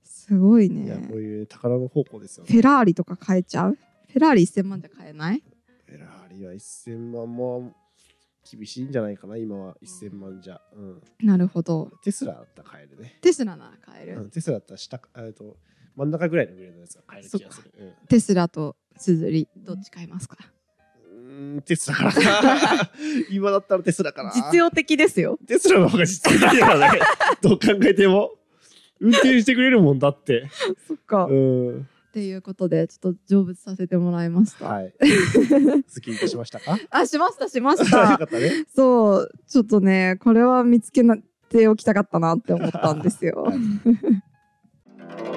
Speaker 1: すごい
Speaker 2: うんいや
Speaker 1: ね
Speaker 2: こう。いう宝の宝庫ですよ
Speaker 1: フ
Speaker 2: ね。
Speaker 1: ェラーリとか買えちゃう？フェラーリ1000万じゃ買えない？
Speaker 2: フェラーリは1000万も厳しいんじゃないかな今は1000万じゃ。うん、
Speaker 1: なるほど。
Speaker 2: テスラだったら買えるね。
Speaker 1: テスラなら買える。
Speaker 2: うん、テスラだったら下かえっと真ん中ぐらいのグレードのやつが買える気がする。うん
Speaker 1: テスラとスズリどっち買いますか？
Speaker 2: うーんテスラかな 今だったらテスラかな
Speaker 1: 実用的ですよ。
Speaker 2: テスラの方が実用的だか らねどう考えても運転してくれるもんだって
Speaker 1: そっか。
Speaker 2: う
Speaker 1: っ
Speaker 2: ん
Speaker 1: ていうことでちょっと成仏させてもらいました。
Speaker 2: はい好きにしましたかよ
Speaker 1: あしましたしまし
Speaker 2: か
Speaker 1: た
Speaker 2: っ。たね
Speaker 1: そうちょっとねこれは見つけなておきたかったなって思ったんですよ。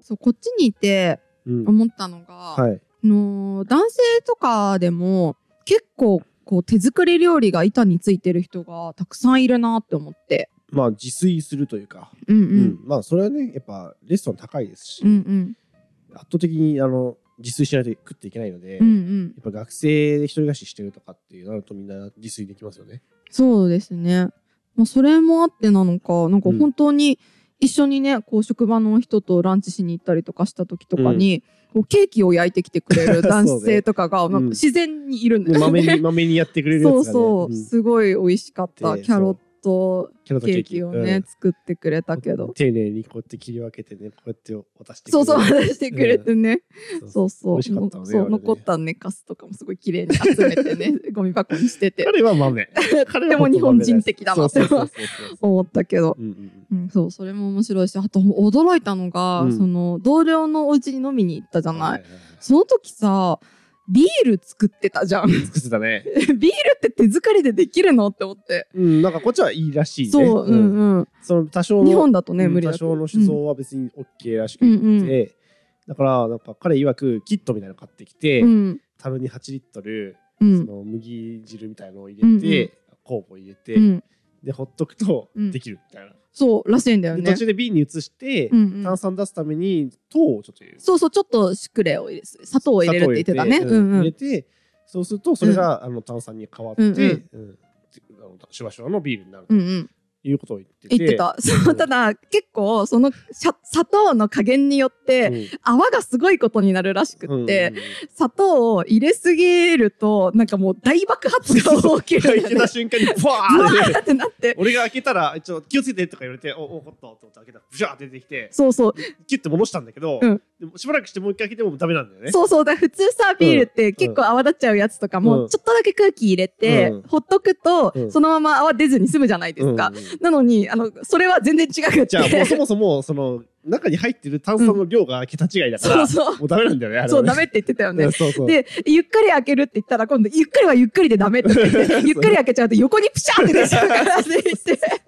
Speaker 1: そうこっちにいて
Speaker 2: うん
Speaker 1: 思ったのが、
Speaker 2: はい
Speaker 1: あのー男性とかでも結構こう手作り料理が板についてる人がたくさんいるなって思って。
Speaker 2: まあ自炊するというか、
Speaker 1: うんう
Speaker 2: うん
Speaker 1: ん。
Speaker 2: まあそれはねやっぱレストラン高いですし、
Speaker 1: うんうん。
Speaker 2: 圧倒的にあの自炊しないと食っていけないので、
Speaker 1: うんう
Speaker 2: や
Speaker 1: ん。
Speaker 2: っぱ学生で一人暮らししてるとかっていうなるとみんな自炊できますよね。
Speaker 1: そうですね。まあ、それもあってなのか、なんか
Speaker 2: うん
Speaker 1: 本当に一緒にね、こう職場の人とランチしに行ったりとかした時とかに、こうケーキを焼いてきてく れる男性とかが、
Speaker 2: ね
Speaker 1: なん
Speaker 2: うん
Speaker 1: か自然にいるん
Speaker 2: で
Speaker 1: です
Speaker 2: ま
Speaker 1: よ
Speaker 2: め
Speaker 1: ね。
Speaker 2: にま めにやってくれるやつが
Speaker 1: そう
Speaker 2: ね。
Speaker 1: そう、
Speaker 2: ん
Speaker 1: すごい美味しかった。
Speaker 2: で
Speaker 1: キャロット
Speaker 2: キャロット
Speaker 1: ケーキをね、
Speaker 2: うん
Speaker 1: 作ってくれたけど。
Speaker 2: 丁寧にこうやって切り分けてねこうやって渡してくれ
Speaker 1: そう
Speaker 2: る
Speaker 1: そう、話してくれてね。
Speaker 2: そうそう
Speaker 1: そうそう。
Speaker 2: 美味しかったわね
Speaker 1: そ
Speaker 2: あ
Speaker 1: う
Speaker 2: れね
Speaker 1: 残ったね、カスとかもすごい綺麗に集めてね、ゴミ箱にしてて。
Speaker 2: 彼は豆。 彼
Speaker 1: で
Speaker 2: は
Speaker 1: も
Speaker 2: 本当豆
Speaker 1: 日本人的だなって
Speaker 2: そうそうそうそうそう
Speaker 1: 思ったけど。
Speaker 2: うんう
Speaker 1: う
Speaker 2: ん
Speaker 1: ん、そう、それも面白いし、あと驚いたのが、
Speaker 2: うん
Speaker 1: その、同僚のお家に飲みに行ったじゃ
Speaker 2: うん。
Speaker 1: ない。
Speaker 2: いい。
Speaker 1: その時さ、ビール作ってたじゃん。 ビール
Speaker 2: 尽くせたね。
Speaker 1: って手作りでできるのって思って。
Speaker 2: うんなんかこっちはいいらしいね。。
Speaker 1: そう、うんんうん。
Speaker 2: その多少の
Speaker 1: 日本だとね、
Speaker 2: うん
Speaker 1: 無理だ
Speaker 2: 多
Speaker 1: け
Speaker 2: 少
Speaker 1: ど
Speaker 2: の思想は別に OK らしくて、
Speaker 1: うんうんう
Speaker 2: だからなんか彼曰くキットみたいなの買ってきて、
Speaker 1: うん。
Speaker 2: 樽に8リットル、
Speaker 1: うん。
Speaker 2: その麦汁みたいのを入れて、酵母入れて、
Speaker 1: うん、
Speaker 2: でほっとくと
Speaker 1: うん
Speaker 2: できるみたいな、
Speaker 1: そうらしいんだよ
Speaker 2: で
Speaker 1: ね
Speaker 2: 途。中で瓶に移して、
Speaker 1: うんうん
Speaker 2: 炭酸出すために糖をちょっと入れる
Speaker 1: そうそうちょっとシクレを入れ砂糖を入れるって言ってたね。
Speaker 2: 砂
Speaker 1: う
Speaker 2: 糖を
Speaker 1: んう
Speaker 2: 入れ
Speaker 1: ん。
Speaker 2: て入れてそうするとそれが、あの炭酸に変わって、
Speaker 1: う
Speaker 2: うんん
Speaker 1: うん
Speaker 2: あのシュワシュワのビールになる
Speaker 1: う
Speaker 2: と
Speaker 1: んうん、
Speaker 2: いうことを言ってて、
Speaker 1: 言ってたそううんただ結構そのしゃ砂糖の加減によっ
Speaker 2: うん、
Speaker 1: て泡がすごいことになるらし くって、
Speaker 2: うんうんうん
Speaker 1: 砂糖を入れすぎるとなんかもう大爆発が起きるん
Speaker 2: 開
Speaker 1: だ
Speaker 2: け
Speaker 1: よね
Speaker 2: た。瞬間にブワ
Speaker 1: ブワ
Speaker 2: ーって
Speaker 1: ーってなって
Speaker 2: 俺が開けたら、ちょ気をつけてとか言われて、お、お怒ったと思って開けたら、ブシャーって出てきて、
Speaker 1: そうそう
Speaker 2: キュッて戻したんだけど、
Speaker 1: うん
Speaker 2: でもしばらくしてもう一回開けてもダメなんだよね。
Speaker 1: そうそうだから普通さビールって結構泡立っちゃうやつとかも、
Speaker 2: うん
Speaker 1: ちょっとだけ空気入れて、
Speaker 2: うん
Speaker 1: ほっとくと、
Speaker 2: うん
Speaker 1: そのまま泡出ずに済むじゃないで
Speaker 2: うん
Speaker 1: す
Speaker 2: うん
Speaker 1: か。なのにあのそれは全然違くって
Speaker 2: じゃあ、もうそもそも、その、中に入ってる炭酸の量が桁違いだか
Speaker 1: そ
Speaker 2: ら、
Speaker 1: うそう。
Speaker 2: もうダメなんだよね、あれはね。
Speaker 1: そう、ダメって言ってたよ
Speaker 2: う
Speaker 1: ね
Speaker 2: ん。そうそう。
Speaker 1: で、ゆっくり開けるって言ったら、今度、 ゆっくりはゆっくりでダメって言って、ゆっくり開けちゃうと横にプシャーって出ちゃうからって言って、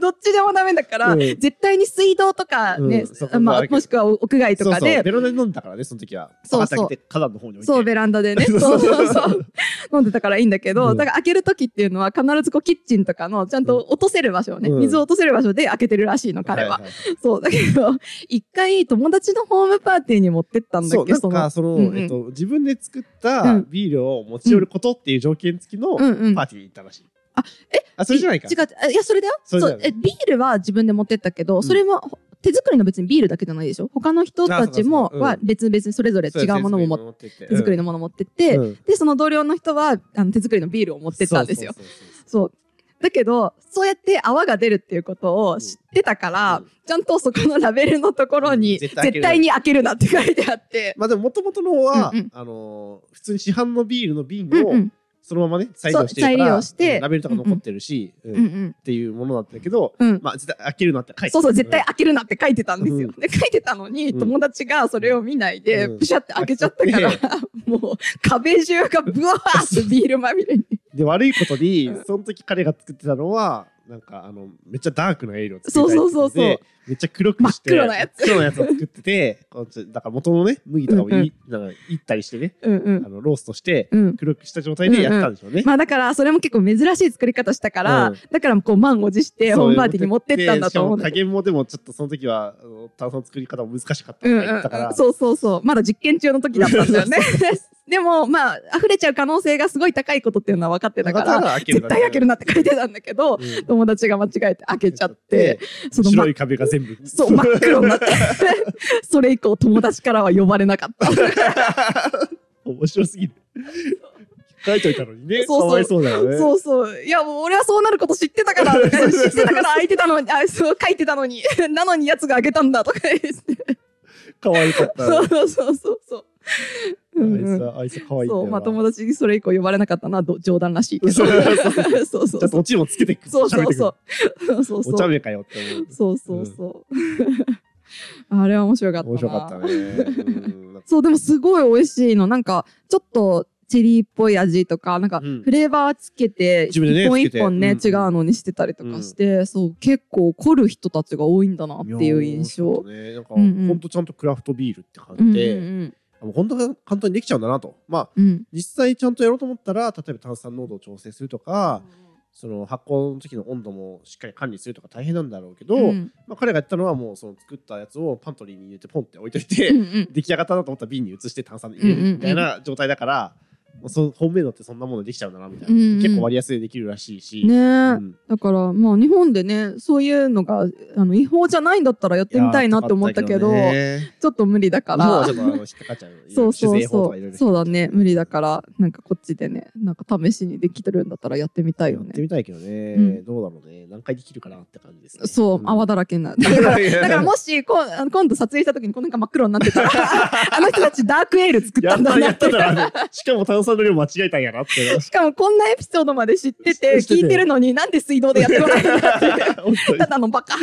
Speaker 1: どっちでもダメだから、
Speaker 2: うん
Speaker 1: 絶対に水道とかね
Speaker 2: うんそ、こ
Speaker 1: ま
Speaker 2: ま
Speaker 1: あ
Speaker 2: あ、
Speaker 1: もしくは屋外と
Speaker 2: そう
Speaker 1: か
Speaker 2: そ
Speaker 1: で
Speaker 2: うベロで飲んだからねその時は
Speaker 1: そうそう
Speaker 2: バーッて開けて花壇の方に置いて
Speaker 1: そう、ベランダでね。そう
Speaker 2: そ
Speaker 1: そ
Speaker 2: うそうう
Speaker 1: そ
Speaker 2: そう
Speaker 1: う。飲んでたからいいんだけど、
Speaker 2: うん
Speaker 1: だから開ける時っていうのは必ずこうキッチンとかのちゃんと落とせる場所をね、
Speaker 2: うん
Speaker 1: 水を落とせる場所で開けてるらしいの、彼は。
Speaker 2: いいい
Speaker 1: そう、だけど、一回友達のホームパーティーに持ってったんだ
Speaker 2: そ
Speaker 1: っ
Speaker 2: う
Speaker 1: け
Speaker 2: な
Speaker 1: ど、
Speaker 2: んかその、
Speaker 1: うんうん
Speaker 2: えっと、自分で作っ
Speaker 1: う
Speaker 2: た
Speaker 1: ん
Speaker 2: ビールを持ち寄ることっていう条件付きの
Speaker 1: う
Speaker 2: パ
Speaker 1: んうん。
Speaker 2: ーティーに行ったらしい、
Speaker 1: あ
Speaker 2: えあそれじゃないか
Speaker 1: 違う、あいや、それだよ。
Speaker 2: それ
Speaker 1: そ
Speaker 2: じゃな
Speaker 1: う
Speaker 2: い
Speaker 1: え、ビールは自分で持ってったけど、
Speaker 2: ん
Speaker 1: それも、手作りの別にビールだけじゃないでしょ他の人たちも
Speaker 2: あそうかそうかうん
Speaker 1: は別々にそれぞれ違うものも持っ
Speaker 2: ってて
Speaker 1: 手作りの
Speaker 2: も
Speaker 1: もの持ってって、
Speaker 2: 持っ
Speaker 1: で、その同僚の人はあの手作りのビールを持ってったんですよ。そう。だけど、そうやって泡が出るっていうことを知ってたから、
Speaker 2: うん
Speaker 1: ちゃんとそこのラベルのところに、
Speaker 2: うん
Speaker 1: 絶
Speaker 2: 絶
Speaker 1: 対
Speaker 2: 対
Speaker 1: に開けるなって書いてあって、
Speaker 2: まあでももともとのは、
Speaker 1: うんうん
Speaker 2: あのー普通に市販のビールの瓶
Speaker 1: うん
Speaker 2: を
Speaker 1: うん
Speaker 2: そのままね再利用してるか
Speaker 1: 再利
Speaker 2: ら、
Speaker 1: 用して
Speaker 2: うんラベルとか残ってるし、う
Speaker 1: う
Speaker 2: ん
Speaker 1: んうん
Speaker 2: っていうものだったけど、
Speaker 1: うん
Speaker 2: まあ絶対開けるなって書いてある
Speaker 1: そうそう、絶対開けるなって書いてたんですよ。
Speaker 2: うん
Speaker 1: で、書いてたのに、
Speaker 2: うん
Speaker 1: 友達がそれを見ないで、
Speaker 2: うん
Speaker 1: プシャって開けちゃった から、
Speaker 2: 開
Speaker 1: もう壁中がブワーってビールまみ れに。
Speaker 2: で悪いことに、
Speaker 1: うん
Speaker 2: その時彼が作ってたのはなんかあのめっちゃダークなエールを作って
Speaker 1: そうそうそうそう
Speaker 2: でめっちゃ黒くして
Speaker 1: 真っ黒なやつ
Speaker 2: 真っ黒なやつを作っててこうちょだから元のね麦とかをい、なんかいったりしてね
Speaker 1: うんう
Speaker 2: あ
Speaker 1: ん。
Speaker 2: のローストして
Speaker 1: うん。
Speaker 2: 黒くした状態でやったんでしょうね、
Speaker 1: まあだから、それも結構珍しい作り方したから、
Speaker 2: うん
Speaker 1: だからこう満を持して、
Speaker 2: そう
Speaker 1: ホームパーティーに持ってったんだと思うん
Speaker 2: でし
Speaker 1: だけど
Speaker 2: かも加減もでもちょっとその時はあの炭酸の作り方も難しかった
Speaker 1: う
Speaker 2: と
Speaker 1: ん
Speaker 2: か言ったか
Speaker 1: うん
Speaker 2: ら、
Speaker 1: うん、そうそうそうまだ実験中の時だったんだよね でもまあ溢れちゃう可能性がすごい高いことっていうのは分かってた
Speaker 2: だ
Speaker 1: か
Speaker 2: からら開ける
Speaker 1: 絶
Speaker 2: な
Speaker 1: 対開けるなって書いてたんだけど
Speaker 2: うん
Speaker 1: 友達が間違えて開けちゃってそのま
Speaker 2: 白い壁が全部
Speaker 1: そう真っ黒に なってそれ以降友達からは呼ばれなかった
Speaker 2: 面白すぎる書いといたのに
Speaker 1: そ
Speaker 2: ね
Speaker 1: うそう
Speaker 2: かわいそうだよね
Speaker 1: そうそういやもう俺はそうなること知ってた からとか知ってたから開いてたのにあそう書いてたのに なのにやつが開けたんだとか言って
Speaker 2: かわいかった
Speaker 1: そ
Speaker 2: あ
Speaker 1: うそうそうそうそう
Speaker 2: い
Speaker 1: うんうん
Speaker 2: つはあいつかわいいんだ
Speaker 1: そ
Speaker 2: よ
Speaker 1: う、
Speaker 2: な
Speaker 1: まあ友達にそれ以降呼ばれなかったのはど冗談らしいけど。そ
Speaker 2: そうう
Speaker 1: そうそ
Speaker 2: ちょっと
Speaker 1: う。
Speaker 2: オチもつけてく
Speaker 1: そうそう
Speaker 2: 喋
Speaker 1: そう。そう
Speaker 2: ってくる
Speaker 1: そう
Speaker 2: お茶
Speaker 1: そう。
Speaker 2: 目かよって思う
Speaker 1: そうそうそう。 あれは面白かったな。
Speaker 2: 面白かったねうん
Speaker 1: そう、でもすごい美味しいの。なんか、ちょっとチェリーっぽい味とか、なんか
Speaker 2: うん
Speaker 1: フレーバーつけて、
Speaker 2: 自分でね
Speaker 1: 一本
Speaker 2: つけ
Speaker 1: 一
Speaker 2: て
Speaker 1: 本ね、
Speaker 2: うんうん
Speaker 1: 違うのにしてたりとかして、そう、結構凝る人たちが多いんだなっていう印
Speaker 2: や
Speaker 1: 象
Speaker 2: 面白かっ。たねなんか
Speaker 1: う
Speaker 2: ほ
Speaker 1: んうん
Speaker 2: んとちゃんとクラフトビールって感
Speaker 1: うん
Speaker 2: じ
Speaker 1: うんう
Speaker 2: で、
Speaker 1: ん
Speaker 2: もう本当に簡単にできちゃうんだなとまあ
Speaker 1: うん。
Speaker 2: 実際ちゃんとやろうと思ったら例えば炭酸濃度を調整するとかその発酵の時の温度もしっかり管理するとか大変なんだろうけど、
Speaker 1: うん
Speaker 2: まあ、彼がやったのはもうその作ったやつをパントリーに入れてポンって置いといて、
Speaker 1: うんうん
Speaker 2: 出来上がったなと思ったら瓶に移して炭酸で入れるみたいな状態だから、もうその本命のってそんなものできちゃうんだなみたいな、
Speaker 1: うんうん
Speaker 2: 結構割安でできるらしいし、
Speaker 1: ねえ、
Speaker 2: うん
Speaker 1: だからまあ日本でねそういうのがあの違法じゃないんだったらやってみたいなって思ったけど
Speaker 2: いやー高かったけどね
Speaker 1: ちょっと無理だか
Speaker 2: 日本は
Speaker 1: ら
Speaker 2: ちょっとあの引っかかっちゃう
Speaker 1: そうそう
Speaker 2: 酒税法
Speaker 1: そ
Speaker 2: とかいろいうろ
Speaker 1: そうだね無理だからなんかこっちでねなんか試しにできてるんだったらやってみたいよ
Speaker 2: やって
Speaker 1: ね
Speaker 2: みたいけどね、
Speaker 1: うん
Speaker 2: どうだろうね何回できるかなって感じですね
Speaker 1: そう、
Speaker 2: ん
Speaker 1: 泡だらけになるだからだからもしこう今度撮影した時にこうなんか真っ黒になって たらあの人たちダークエール 作っ
Speaker 2: や
Speaker 1: たん
Speaker 2: っ
Speaker 1: だ
Speaker 2: た
Speaker 1: な
Speaker 2: や
Speaker 1: っ
Speaker 2: ってたら、ね、しかも炭酸の量間違えたんやなって。
Speaker 1: しかもこんなエピソードまで知ってて
Speaker 2: 知ってて
Speaker 1: 聞いてるのになんで水道でやってこないん だっていう
Speaker 2: 本当に
Speaker 1: ただのバカ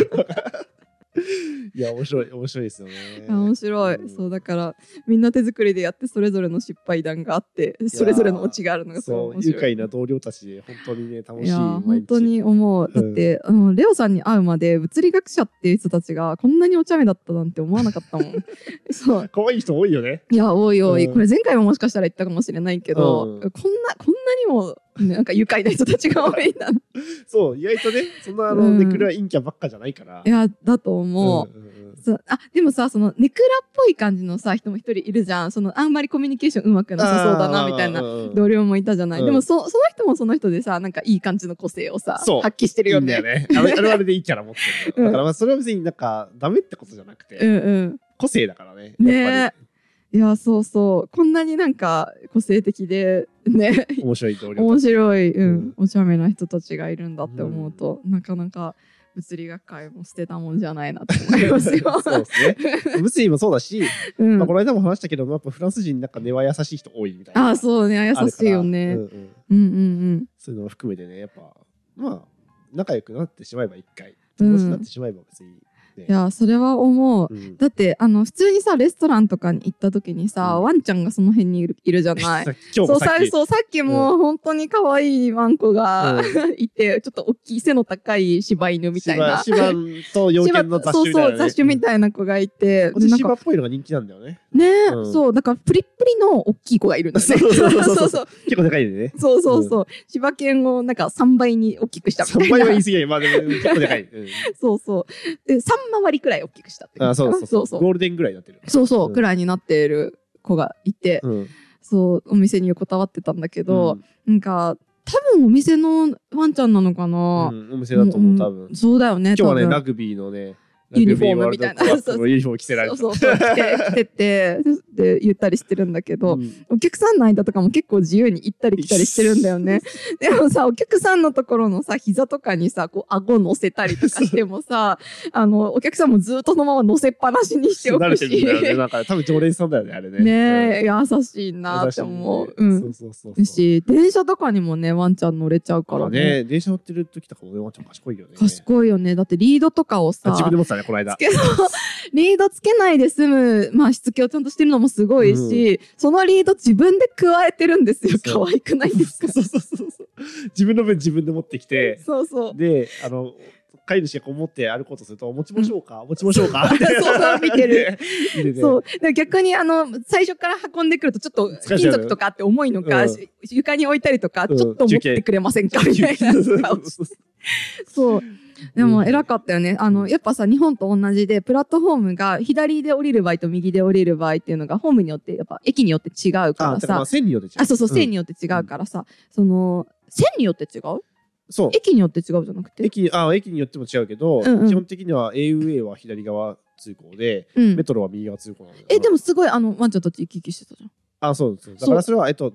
Speaker 2: いや、面白い、面白いですよね。
Speaker 1: あ面白い、
Speaker 2: うん
Speaker 1: そうだからみんな手作りでやってそれぞれの失敗談があってそれぞれのオチがあるのがす
Speaker 2: そ、
Speaker 1: ごいう面
Speaker 2: 愉
Speaker 1: 白い。
Speaker 2: 快な同僚たちで、本当にね、楽しい。
Speaker 1: いやー
Speaker 2: 毎日
Speaker 1: 本当。に思うだって、あのレオさんに会うまで物理学者っていう人たちがこんなにお茶目だったなんて思わなかったもん そう
Speaker 2: 可愛い人多いよね。
Speaker 1: いやおいおい、
Speaker 2: うん
Speaker 1: これ前回ももしかしたら言ったかもしれないけど、
Speaker 2: う
Speaker 1: こんな
Speaker 2: ん
Speaker 1: こんなにもなんか愉快な人たちが多いんだな
Speaker 2: そう、意外とね、そんな、あ
Speaker 1: う
Speaker 2: の、
Speaker 1: ん
Speaker 2: ネクラ陰キャばっかじゃないから。
Speaker 1: いやだと思う、
Speaker 2: うんうんうん
Speaker 1: そうあでもさそのネクラっぽい感じのさ人も一人いるじゃんそのあんまりコミュニケーションうまくなさそうだなみたいな
Speaker 2: あーうんうん
Speaker 1: 同僚もいたじゃない、
Speaker 2: うん
Speaker 1: でもそその人もその人でさなんかいい感じの個性をさ
Speaker 2: そう
Speaker 1: 発揮してる
Speaker 2: いい
Speaker 1: よ
Speaker 2: んだ
Speaker 1: ね
Speaker 2: よね。あれあれはあれでいいキャラ持ってるんだ
Speaker 1: うん
Speaker 2: よ。だからまあそれは別になんかダメってことじゃなく
Speaker 1: う
Speaker 2: て、
Speaker 1: んうん
Speaker 2: 個性だからね。
Speaker 1: ね
Speaker 2: やっぱ
Speaker 1: いやそうそうこんなになんか個性的でね
Speaker 2: り面白い同僚た
Speaker 1: 面
Speaker 2: ち。
Speaker 1: 白い、う
Speaker 2: うん
Speaker 1: ん、お茶目な人たちがいるんだって思うと、なかなか物理学会も捨てたもんじゃないなって 思いますよ。
Speaker 2: そうで すね。物理もそうだし、
Speaker 1: うん
Speaker 2: まあ、この間も話したけど、やっぱフランス人なんか根は優しい人多いみたいな。
Speaker 1: あそうね優しいよ
Speaker 2: あ
Speaker 1: ね
Speaker 2: る。からうんうん
Speaker 1: うんうん
Speaker 2: そういうのも含めてね、やっぱ、まあ、仲良くなってしまえば一回、
Speaker 1: うん
Speaker 2: 友達になってしまえば別に、ねね
Speaker 1: い。やそれは思う
Speaker 2: うん
Speaker 1: だってあの普通にさレストランとかに行った時にさ、
Speaker 2: うん
Speaker 1: ワンちゃんがその辺にいるいるじゃない
Speaker 2: さっ き今日
Speaker 1: そ
Speaker 2: も
Speaker 1: う
Speaker 2: さ
Speaker 1: さ
Speaker 2: っき
Speaker 1: そうさっきも本当に可愛いワンコが いてちょっと大きい背の高い柴犬みたいな
Speaker 2: 芝芝と洋犬の
Speaker 1: そう
Speaker 2: 雑種みたいな、
Speaker 1: そ
Speaker 2: ね。
Speaker 1: う雑種みたいな子がいて、
Speaker 2: うん。
Speaker 1: なん
Speaker 2: 芝
Speaker 1: か
Speaker 2: っぽいのが人気なんだよね。
Speaker 1: ね、
Speaker 2: うん
Speaker 1: そうだからプリップリの大きい子がいるんだよね
Speaker 2: そうそうそうそう
Speaker 1: そう
Speaker 2: 結構高いん でね。
Speaker 1: そうそうそう。柴犬をなんか3倍に大きくしたみたいな。
Speaker 2: 3倍は言い過ぎない。まあでも結構高い。うん
Speaker 1: そうそう。で、3回りくらい大きくしたって
Speaker 2: あそうそうそう
Speaker 1: そうそう。
Speaker 2: ゴールデンぐらいになってる。
Speaker 1: そうそう
Speaker 2: うん
Speaker 1: くらいになっている子がいて、
Speaker 2: うん。
Speaker 1: そう、お店に横たわってたんだけ
Speaker 2: う
Speaker 1: ど
Speaker 2: ん、、
Speaker 1: なんか、多分お店のワンちゃんなのかな
Speaker 2: う。んお店だと思う、多分。
Speaker 1: んそうだよね、
Speaker 2: 今日はね、
Speaker 1: 多分
Speaker 2: ラグビーのね、
Speaker 1: ユニフォームみたいな
Speaker 2: ラグビーワールドカップのユニフォーム着せられ
Speaker 1: そ
Speaker 2: て
Speaker 1: うそうそう、来て、来てて、 で、ゆったりしてるんだけど、
Speaker 2: うん
Speaker 1: お客さんの間とかも結構自由に行ったり来たりしてるんだよね。でもさ、お客さんのところのさ、膝とかにさ、こう、顎乗せたりとかしてもさ、あの、お客さんもずっとそのまま乗せっぱなしにしてお
Speaker 2: 慣
Speaker 1: く
Speaker 2: れ
Speaker 1: し。
Speaker 2: てるんだよね。なんか多分常連さんだよね、あれね。
Speaker 1: ねえ、
Speaker 2: え、
Speaker 1: 優しいなって思う。う
Speaker 2: 優し
Speaker 1: ん。
Speaker 2: いねそうそうそうそう。
Speaker 1: だし、電車とかにもね、ワンちゃん乗れちゃうか
Speaker 2: からら
Speaker 1: ね。
Speaker 2: ね、電車乗ってる時とかもね、ワンちゃん賢いよね。
Speaker 1: 賢いよね。だってリードとかを
Speaker 2: あ
Speaker 1: さ、
Speaker 2: 自分で持ってたね、この間
Speaker 1: つ。け そうリードつけないで済む、まあ、しつけをちゃんとしてるのもすごいし、そのリード自分で加えてるんですよ。可
Speaker 2: そう
Speaker 1: 愛くないですか
Speaker 2: そうそうそうそう。自分の分自分で持ってきて、
Speaker 1: そうそう。
Speaker 2: で、あの、飼い主がこう持って歩こうとすると、持ちましょうか、持ちましょうか。
Speaker 1: そう見てる。
Speaker 2: 見てて。
Speaker 1: そう。で逆に、あの、最初から運んでくると、ちょっと
Speaker 2: 疲れちゃ
Speaker 1: 金
Speaker 2: うよ
Speaker 1: 属とかって重いのか、
Speaker 2: うん
Speaker 1: し床に置いたりとか、
Speaker 2: うん
Speaker 1: ちょっと持ってくれませんかみたい な顔して。そう。でも、偉かったよね。あの、やっぱさ、日本と同じで、プラットフォームが左で降りる場合と右で降りる場合っていうのが、ホームによって、やっぱ駅によって違うか
Speaker 2: あ、
Speaker 1: ら
Speaker 2: だからま
Speaker 1: さ
Speaker 2: あ、。線によって違う。
Speaker 1: あ、そうそう、
Speaker 2: ん
Speaker 1: 線によって違うからさ、その、線によって違う
Speaker 2: そう。
Speaker 1: 駅によって違うじゃなくて。
Speaker 2: 駅あ駅によっても違うけど、
Speaker 1: うんうん
Speaker 2: 基本的には AUA は左側通行で、
Speaker 1: うん
Speaker 2: メ。トロは右側通行なのよ
Speaker 1: え、でもすごい、あの、ワンちゃんたち行き来してたじゃん。
Speaker 2: あそうです
Speaker 1: そ
Speaker 2: だ
Speaker 1: う
Speaker 2: からそれはえっと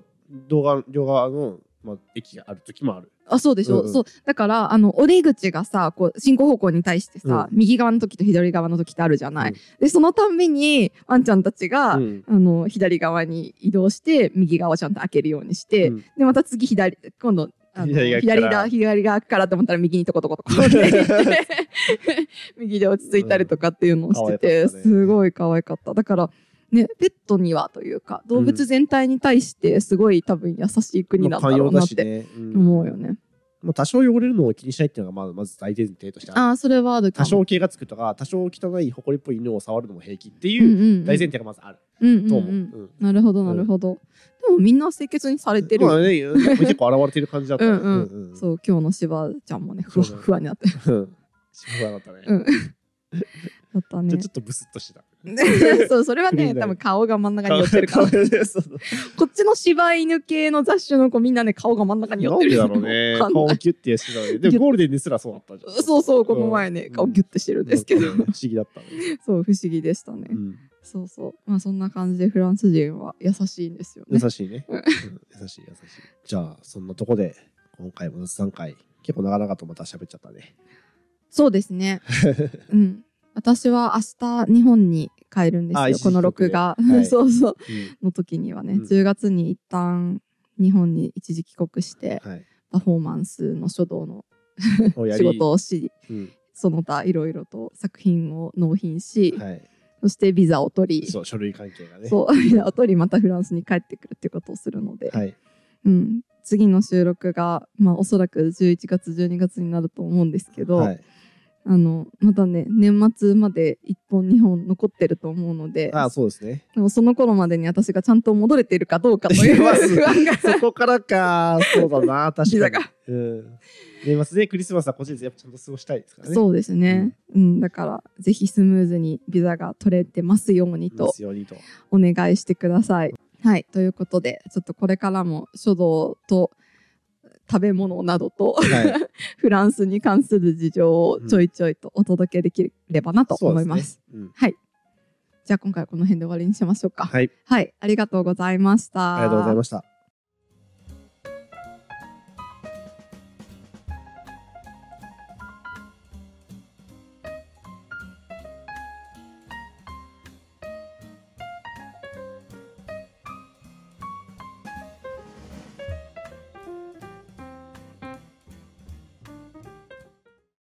Speaker 2: 動画両側の、まあ、駅がある時もある
Speaker 1: あそうでしょ、
Speaker 2: うんうん
Speaker 1: そうだからあのお出口がさこう進行方向に対してさ、右側の時と左側の時ってあるじゃない、
Speaker 2: うん
Speaker 1: でそのたんびにワンちゃんたちが、
Speaker 2: うん
Speaker 1: あの左側に移動して右側をちゃんと開けるようにして、
Speaker 2: うん
Speaker 1: でまた次左今度あの
Speaker 2: 左
Speaker 1: 左
Speaker 2: 側から
Speaker 1: だ左側からと思ったら右にとこと ことこって行って 右で落ち着いたりとかっていうのをしてて、
Speaker 2: うん可愛かったね
Speaker 1: すごい可愛かっただからねペットにはというか動物全体に対してすごい多分優しい国なんだ
Speaker 2: まあ
Speaker 1: ろうなって、
Speaker 2: ね、うん
Speaker 1: 思うよね。
Speaker 2: まあ、多少汚れるのを気にしないっていうのがまあまず大前提としてある
Speaker 1: ああ、それはあるかも。
Speaker 2: 多少毛がつくとか多少汚い埃っぽい犬を触るのも平気って
Speaker 1: うん
Speaker 2: いう
Speaker 1: うんうん、
Speaker 2: 大前提がまずある
Speaker 1: うんうん
Speaker 2: と
Speaker 1: う
Speaker 2: 思う、
Speaker 1: ん。
Speaker 2: うん
Speaker 1: なるほど、なるほど。でもみんな清潔にされてる。
Speaker 2: まあね、結構現れてる感じだったね、
Speaker 1: うんうん
Speaker 2: ん
Speaker 1: そう、今日のしばちゃんもね、ふわ
Speaker 2: そうだね
Speaker 1: ふわになってる。
Speaker 2: うん しばらくだった
Speaker 1: う
Speaker 2: ね、
Speaker 1: んだった
Speaker 2: じゃ
Speaker 1: ね
Speaker 2: あちょ。っとブスッとしてた
Speaker 1: そう、それは
Speaker 2: クリー
Speaker 1: ね、
Speaker 2: ンだね
Speaker 1: 多分顔が真ん中に寄ってるから。こ
Speaker 2: 顔そう
Speaker 1: っちの柴犬系の雑種の子みんなね、顔が真ん中に寄
Speaker 2: な
Speaker 1: っ
Speaker 2: ん
Speaker 1: て
Speaker 2: で
Speaker 1: る。
Speaker 2: だろうね。
Speaker 1: わかん
Speaker 2: 顔
Speaker 1: ない
Speaker 2: キュッてしてたのに。でもゴールデンですらそうだったじゃん。
Speaker 1: そうそう、この前ね、
Speaker 2: うん
Speaker 1: 顔ギュッてしてるんですけど
Speaker 2: な、んかね不思議だったね。
Speaker 1: そう、不思議でしたね
Speaker 2: う。 ん
Speaker 1: そうそう。まあそんな感じでフランス人は優しいんですよ
Speaker 2: 優
Speaker 1: ね。
Speaker 2: しいね。
Speaker 1: う
Speaker 2: うんん優しい優しい。じゃあそんなとこで今回も雑談会結構長々とまた喋っちゃったね。
Speaker 1: そうです ね。うん。私は明日日本に帰るんです
Speaker 2: あ
Speaker 1: よ。
Speaker 2: 一時
Speaker 1: この
Speaker 2: 帰国
Speaker 1: 録
Speaker 2: で
Speaker 1: 画。
Speaker 2: は い
Speaker 1: そうそう。
Speaker 2: うん
Speaker 1: の時にはね、
Speaker 2: うん
Speaker 1: 10月に一旦日本に一時帰国して、
Speaker 2: はい。
Speaker 1: パフォーマンスの書道の
Speaker 2: おや
Speaker 1: 仕
Speaker 2: り。
Speaker 1: 事をし、
Speaker 2: うん。
Speaker 1: その他いろいろと作品を納品し、
Speaker 2: はい。
Speaker 1: そしてビザを取り、
Speaker 2: そう書類関係がね。
Speaker 1: そう、ビザを取り、またフランスに帰ってくるっていうことをするので、
Speaker 2: はい。
Speaker 1: うん。次の収録が、まあおそらく11月、12月になると思うんですけど、
Speaker 2: はい。
Speaker 1: あの、まだね、年末まで1本2本残ってると思うので、
Speaker 2: あそうですね。
Speaker 1: でもその頃までに私がちゃんと戻れているかどうかという
Speaker 2: まず
Speaker 1: 不安 が。
Speaker 2: そこから か。そうだな。確か
Speaker 1: ビザが
Speaker 2: に。うん。年末でクリスマスは個人でやっぱちゃんと過ごしたいですからね。
Speaker 1: そうですね。うん、だから、ぜひスムーズにビザが取れてますように
Speaker 2: で
Speaker 1: と
Speaker 2: すようにと。
Speaker 1: お願いしてください。はい、ということで、ちょっとこれからも書道と食べ物などと、
Speaker 2: はい。
Speaker 1: フランスに関する事情をちょいちょいとお届けできれば なと
Speaker 2: そう
Speaker 1: 思
Speaker 2: で
Speaker 1: い
Speaker 2: ね
Speaker 1: ます。。
Speaker 2: うん
Speaker 1: じゃあ今回はこの辺で終わりにしましょうか。
Speaker 2: はい。
Speaker 1: はい、ありがとうございました。
Speaker 2: ありがとうございました。